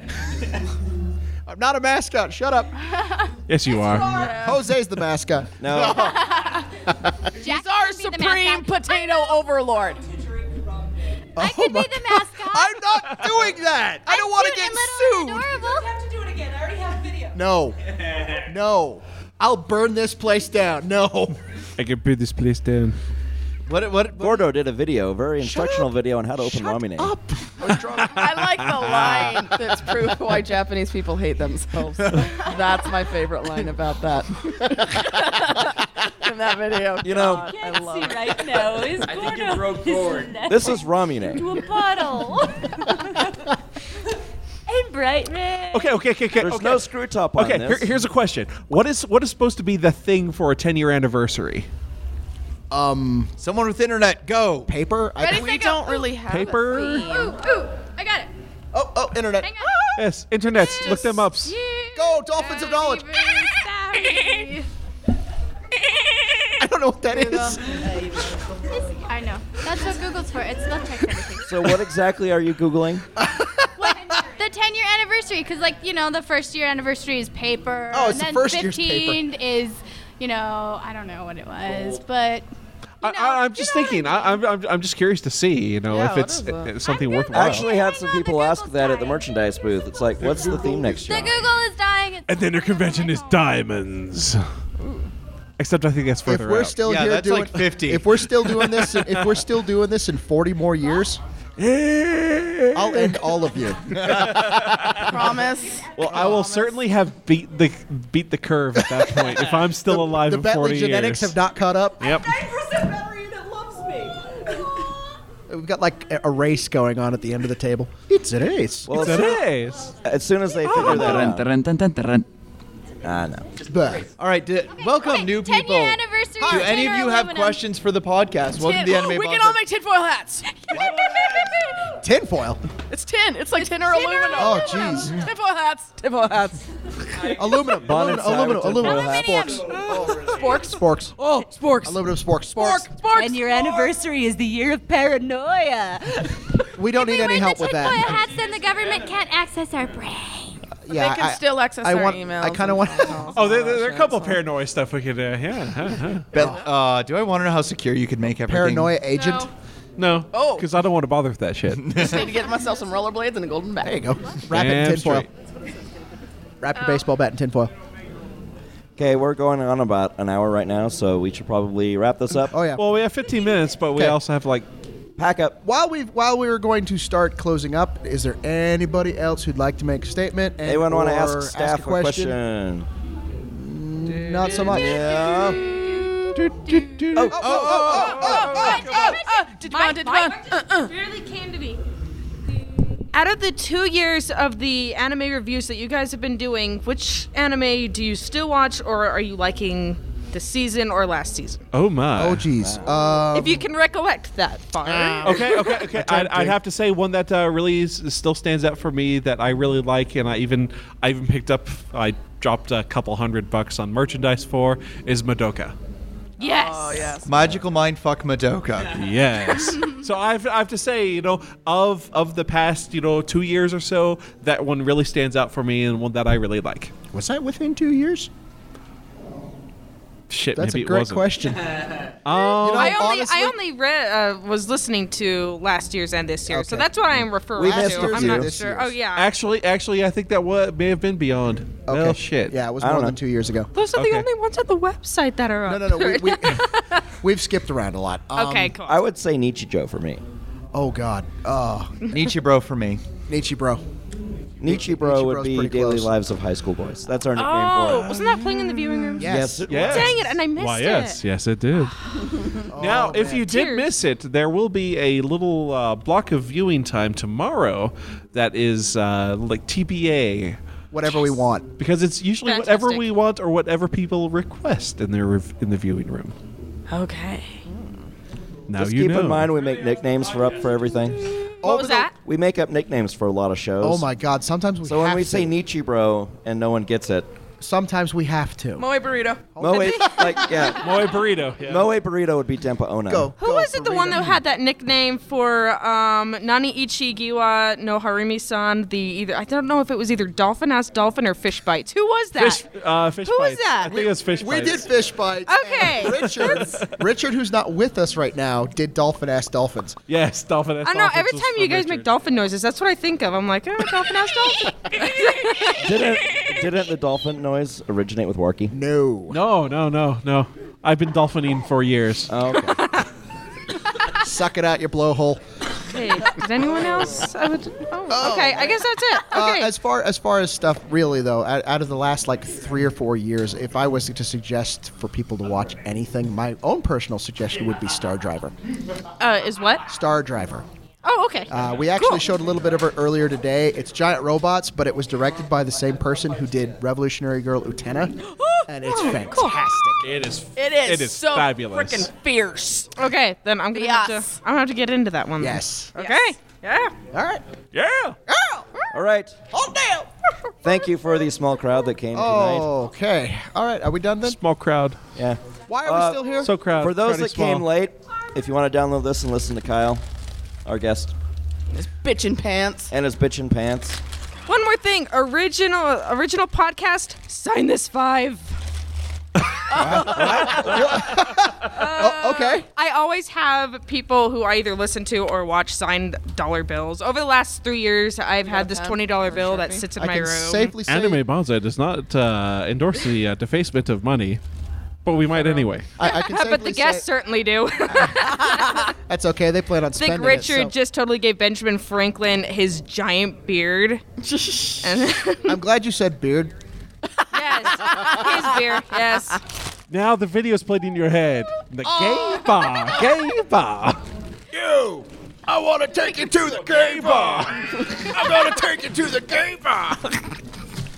I'm not a mascot. Shut up.
Yes, you are.
Jose's the mascot.
No.
He's our supreme potato overlord.
I could be the mascot.
Oh I'm not doing that. I don't want to get sued.
Adorable.
No. No. I'll burn this place down. No.
I can put this place down.
What? What?
Gordo did a video, very instructional video on how to open ramen. Up.
I like
Oh,
Ah.
the line that's proof why Japanese people hate themselves. That's my favorite line about that. In that video.
You know-
God, I
can't
love
see
it.
right now is
I think
Gordo
it broke
is
forward.
next
This is ramen.
to a puddle. and bright red.
Okay, okay, okay, okay.
There's
okay.
no screw top on
Okay, here,
this.
here's a question. What is what is supposed to be the thing for a 10 year anniversary?
Um,
Someone with internet, go.
Paper.
Ready,
We
set, go.
don't really have a
Paper?
Ooh, ooh, I got it.
Oh, oh, internet.
Hang on.
Yes, internet. Look them up.
Go, Dolphins of Knowledge.
Sorry.
I don't know what that is.
It's- I know. That's what Google's for. It spell checks everything.
So what exactly are you googling?
The 10 year anniversary, because, like, you know, the first year anniversary is paper.
Oh, it's
and
the
then
first year's
15 is, you know, I don't know what it was, but.
I, I, I'm just thinking. I, I'm, I'm I'm just curious to see, you know,
Yeah,
if
what
it's
is that?
uh, something
I
worthwhile.
actually had some people ask that at the merchandise booth. It's like, what's the theme next
The
year?
Google is dying. It's
and then their convention is diamonds. Except I think that's
If
further
we're
out.
still
Yeah,
here
that's
doing
like 50.
If we're still doing this in, if we're still doing this in 40 more years, I'll end all of you.
promise.
well, I will certainly have beat the beat the curve at that point if I'm still alive
The
in
Bentley
40
genetics
years.
have not caught up.
yep.
We've got like a a race going on at the end of the table. It's a race.
Well,
It's
as soon-
nice.
as soon as they figure that out.
Ah,
I know.
All right, di- welcome new people.
anniversary
Do
of
any
tin
of
or
you have
aluminum?
questions for the podcast? Welcome to the Anime
we
Bonds.
can all make tinfoil hats.
Tinfoil.
it's tin. It's like tin or aluminum.
Oh, jeez.
Tinfoil hats. Tinfoil hats.
aluminum, aluminum, aluminum, aluminum,
Sporks. Sporks.
sporks.
Oh, sporks.
Aluminum sporks. Sporks.
And your anniversary is the year of paranoia.
We don't need any help with
Boy,
that.
hats and the government can't access our brain.
Yeah,
can
I-
still access
I
our
want,
emails
I kind of
and
want.
Oh, there, there, there are a couple of paranoia stuff we could. Uh, yeah.
Bet- uh, do I want to know how secure you could make everything?
Paranoia agent?
No.
Oh.
Because I don't want to bother with that shit.
Just need to get myself some rollerblades and a golden bat. There you
go. Wrap it in
Damn
tinfoil.
straight.
Wrap your baseball bat in tinfoil.
Okay, we're going on about an hour right now, so we should probably wrap this up.
Oh yeah.
Well, we have 15 minutes, but we also have like
pack up.
While we while we were going to start closing up, is there anybody else who'd like to make a statement? And
Anyone want to
or
ask staff
a
a question?
Not so much.
Yeah.
Oh,
Oh, oh, oh, oh, oh, oh, oh, did you
Mike,
want, did you
Mike,
want?
barely came to me. Uh, Out of the two years of the anime reviews that you guys have been doing, which anime do you still watch, or are you liking the season or last season?
Oh my.
Oh jeez.
if you can recollect that far.
Um, okay, okay, okay. I'd, I'd have to say one that uh, really is, still stands out for me that I really like, and I even I even picked up. I dropped a couple hundred bucks on merchandise for is Madoka.
Yes.
Oh, yes.
Magical mind fuck Madoka.
Yes. so I've, I have to say, you know, of of the past, you know, two years or so, that one really stands out for me, and one that I really like.
Was that within two years?
Shit,
That's
maybe
a great
it wasn't.
question.
Um,
I only I only read uh, was listening to last year's and this year, so
Okay.
that's what I am referring
We missed
to.
yours
I'm not
too.
sure. Oh yeah,
Actually, actually, I think that what may have been beyond. Oh Well, shit.
Yeah, it was
I don't
more
know.
than two years ago.
those are
Okay.
the only ones on the website that are up.
No, no, we- we- We've skipped around a lot. Um,
Okay, cool.
I would say Nichijou for me.
Oh God. Oh.
Nietzsche bro for me.
Nietzsche bro.
Nietzsche Bro would
Nichibro's
be
pretty
Daily
close.
Lives of High School Boys. That's our nickname
Oh,
for it.
wasn't that playing in the viewing room?
Yes, it
Yes.
was.
Dang it, and I missed
Why,
it.
yes, yes, it did.
Oh,
now, if you did
Tears.
miss it, there will be a little uh, block of viewing time tomorrow that is uh, like TBA.
Whatever we want.
Because it's usually whatever we want or whatever people request in their rev- in the viewing room.
Okay.
Now
Just
you
keep
know.
in mind we make nicknames for up for everything.
What was that?
We make up nicknames for a lot of shows.
Oh my God. Sometimes we.
So when
have
we
to.
say Nietzsche Bro and no one gets it,
Sometimes we have to.
Moe burrito.
Moe like yeah,
Moe burrito.
Moe burrito would be Dempa Ono.
Go.
Who was it? The one that had that nickname for um, Nani Ichigiwa no Harumi-san? The either I don't know if it was either dolphin ass dolphin or fish bites. Who was that?
Fish, uh, fish
Who was
bites.
that?
I think it was fish
We
bites.
did fish bites.
Okay.
Richard, Richard, who's not with us right now, did dolphin ass dolphins.
Yes, dolphin.
I
ass
don't know.
dolphins
Oh, Every
was
time
for
you guys
Richard.
make dolphin noises, that's what I think of. I'm like, oh, dolphin ass dolphin.
Didn't didn't the dolphin noise originate with Warky?
No.
No, no, no, no. I've been dolphining for years.
okay.
Oh, Suck it out your blowhole.
Okay. Did anyone else? I would. Oh, okay. I guess that's it.
Uh,
Okay.
as far as far as stuff, really though, out, out of the last like three or four years, if I was to suggest for people to watch anything, my own personal suggestion would be Star Driver.
Uh, is what?
Star Driver.
Oh, okay.
Uh, we actually showed a little bit of it earlier today. It's giant robots, but it was directed by the same person who did Revolutionary Girl Utena, and it's fantastic.
It is.
It is.
It is
so
fabulous.
Freaking fierce.
Okay, then I'm gonna have
Yes.
to. I'm gonna have to get into that one. then.
Yes.
Okay. Yeah.
All right.
Yeah.
All right. Thank you for the small crowd that came tonight.
Okay. All right. Are we done then?
Small crowd.
Yeah.
Why are we
Uh,
still here?
So crowd.
For those
crowdy
that
small.
came late, if you want to download this and listen to Kyle, our guest,
Bitchin' pants.
and his bitchin' pants.
One more thing. Original original podcast. Sign this five.
Oh, okay.
Uh, I always have people who I either listen to or watch sign dollar bills. Over the last three years, I've had this twenty dollar bill that sits in
I
my
can
room.
safely say
Anime Bonsai does not uh, endorse the uh, defacement of money, but we might anyway.
I, I can safely
but the guests
say
certainly do.
that's okay. They plan on
I think
spending
Richard
it. so-
just totally gave Benjamin Franklin his giant beard. and
I'm glad you said beard.
yes, his beard. Yes.
Now the video's played in your head. The gay bar, gay bar.
You! I want to take you to the gay bar! I'm going to take you to the gay bar!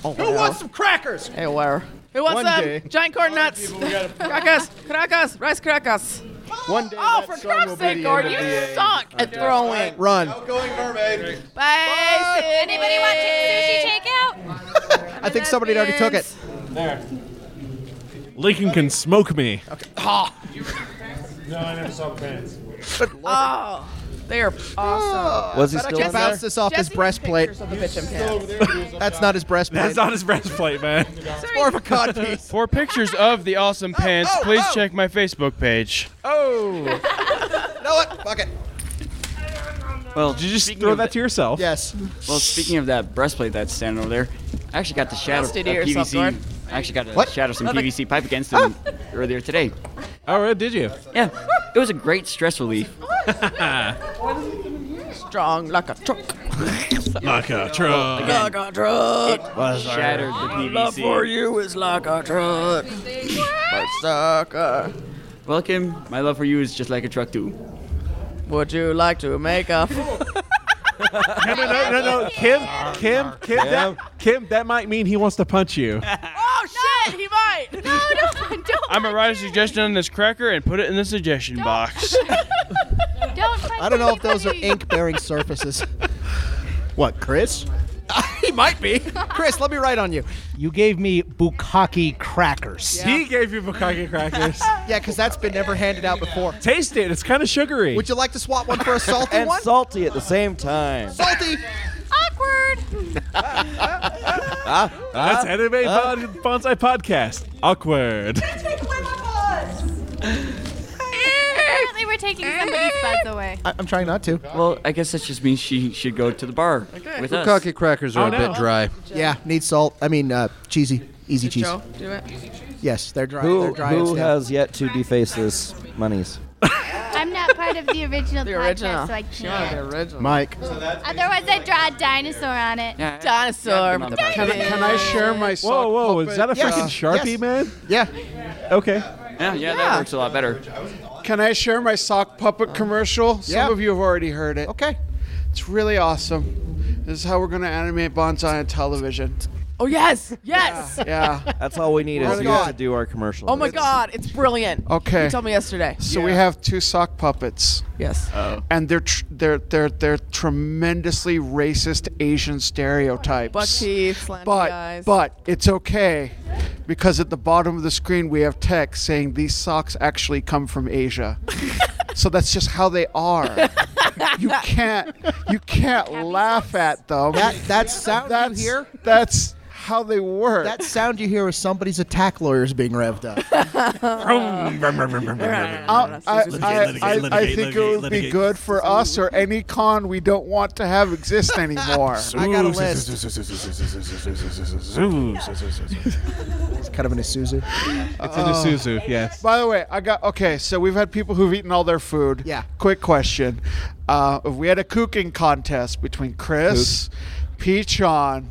Oh,
Who wants some crackers?
Hey, where? Who wants
One
some
day-
giant corn nuts? Crackers, crackers, rice crackers.
One day.
Oh, for
song will
Christ's
be
sake,
the
Gordon,
end of
you
the
suck at throwing.
Run.
Outgoing mermaid.
Bye.
Anybody want sushi takeout?
I think somebody already took it.
There. Lincoln can smoke me.
Oh,
No, I never saw pants.
oh they are
Ah.
awesome.
Was he
But I
still
just-
in there? Bounce this off his
Jesse has
breastplate.
pictures of the bitch in pants.
That's not his breastplate.
That's not his breastplate, man.
It's more of a codpiece.
For pictures of the awesome
Oh,
pants, please check my Facebook page.
Oh. no, what? Fuck it.
Well, did you just
throw that to yourself?
Yes.
Well, speaking of that breastplate that's standing over there, I actually got uh, to shatter
Lost
a
it to yourself,
PVC.
Gord.
I actually got to
What?
shatter some
Oh, Ah! the-
PVC pipe against them earlier today.
Oh, really? Did you?
Yeah, it was a great stress relief.
Strong like a truck.
like a truck.
Like a truck.
It shattered the PVC.
Love for you is like a truck. Sucker.
Welcome. My love for you is just like a truck too.
Would you like to make a?
No, no, no, no, no. Kim, Kim, Kim, that, Kim, that might mean he wants to punch you.
oh shit! He might. No,
don't, don't.
I'm going to write a suggestion on this cracker and put it in the suggestion box.
Don't.
I don't know if those are ink bearing surfaces.
What, Chris?
he might be. Chris, let me write on you.
You gave me bukkake crackers.
He gave you bukkake crackers.
Yeah, because that's been never handed out before.
Taste it. It's kind of sugary.
Would you like to swap one for a salty
and
one?
salty at the same time.
salty.
Awkward.
Ah,
That's Anime Bon- Bonsai Podcast. Awkward.
Apparently, we're taking somebody's buds away.
I- I'm trying not to.
Well, I guess that just means she should go to the bar with us.
Bukkake crackers are
Oh,
a
no.
bit dry.
Yeah, need salt. I mean, uh, cheesy, easy cheese.
Joe, do it.
Yes, they're dry.
Who,
they're dry
who
instead.
has yet to deface this monies?
I'm not part of the original
The
podcast,
original.
so I can't.
the original.
Mike.
Otherwise, I draw a dinosaur on it.
Dinosaur. with the
Can I- can
I
share my
Whoa, whoa. Is that a
Yes.
freaking Sharpie,
Yes.
man?
Yeah.
Okay.
Yeah, yeah, that works a lot better.
Can I share my sock puppet commercial? Some
Uh, yeah.
of you have already heard it.
Okay.
It's really awesome. This is how we're going to animate bonsai on television.
Oh yes, yes.
Yeah.
That's all we need
Oh
is
my
you
God.
to do our commercial.
Oh my god, it's brilliant.
Okay.
You told me yesterday.
So we have two sock puppets.
Yes.
And they're tr- they're they're they're tremendously racist Asian stereotypes.
buck teeth, slanty
but
eyes.
but it's okay because at the bottom of the screen we have text saying these socks actually come from Asia. so that's just how they are. you can't you can't laugh at them.
That that sound
that's,
you hear?
That's how they work.
That sound you hear is somebody's attack lawyers being revved up.
I, I,
Litigate,
I-
litigate,
I- I
litigate,
think it would be
litigate.
good for us or any con we don't want to have exist anymore.
I got a list. It's kind of an Isuzu.
It's an Isuzu, yes.
Oh. By the way, I got okay. So we've had people who've eaten all their food.
Yeah.
Quick question: uh, If we had a cooking contest between Chris, Peachon,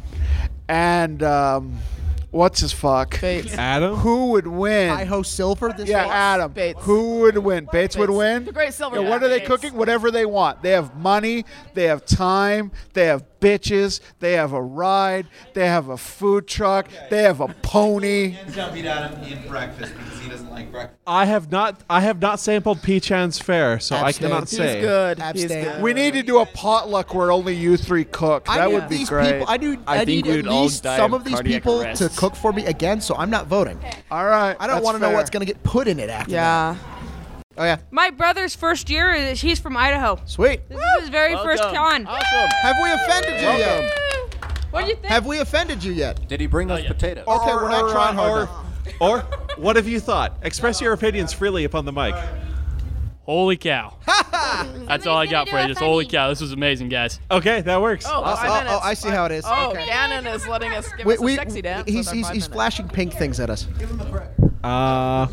and um, what's his fuck
Adam,
who would win? I
host Silver. This
yeah,
week?
Adam. Who would win? Bates, would win.
The great silver.
Yeah, what are they cooking? Whatever they want. They have money, they have time, they have bitches, they have a ride, they have a food truck, they have a pony.
And jumping at him in breakfast because he doesn't like breakfast.
I have not I have not sampled Peachan's fare, so I cannot say.
We need to do a potluck where only you three cook. That
I need
would be
these
great.
people. I do. I, need at least some of these people to cook for me again, so I'm not voting.
All right.
I don't
that's
want to know
fair.
what's going to get put in it after.
Yeah.
That. Oh yeah.
My brother's first year is he's from Idaho.
Sweet.
This is his very first
Welcome.
con.
Awesome. Have we offended you yet?
What do you think?
Have we offended you yet?
Did he bring us potatoes?
Okay, we're not trying hard
Or, or what have you thought? Express your opinions freely upon the mic.
Holy cow. That's all I got for you. Just holy cow, Oh, this was amazing, guys.
Okay, that works.
Oh,
Oh,
five
oh,
minutes.
oh, I see how it is.
Oh,
Okay.
Gannon is letting us give us a sexy dance. with
he's
our
he's,
five
he's
minutes.
flashing pink things at us.
Uh,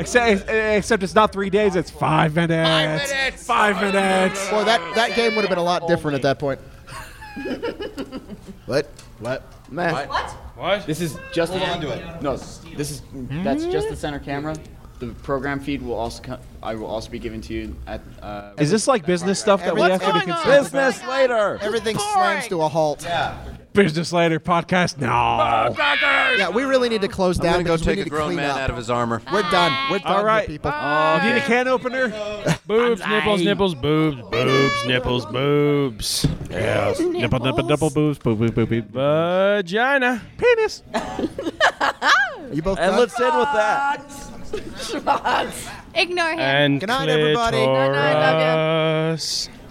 except, except it's not three days, it's five minutes. Five minutes.
Boy, that, that game would have been a lot different at that point. what? What?
What?
What?
This is just
Hold
the-
on to it.
No, this is that's just the center camera. The program feed will also co- I will also be given to you at. Uh,
Is this like business stuff that we have to be concerned
Business
later.
Everything slams to a halt.
Yeah.
Business Later podcast. No.
Yeah, we really need to close
I'm
down.
gonna go
because we
take
need
a
to
grown
clean
man
up.
out of his armor.
We're done. We're done.
All right.
people.
Need a can opener?
Boobs, nipples, nipples, boobs, boobs, nipples, boobs.
Yes. Nipple, nipple, nipple, boobs, boob, boob, boob, boob.
Vagina.
Penis.
you both
And let's end with that.
Ignore him.
And
Good night, everybody. Good night, love you.
clitoris.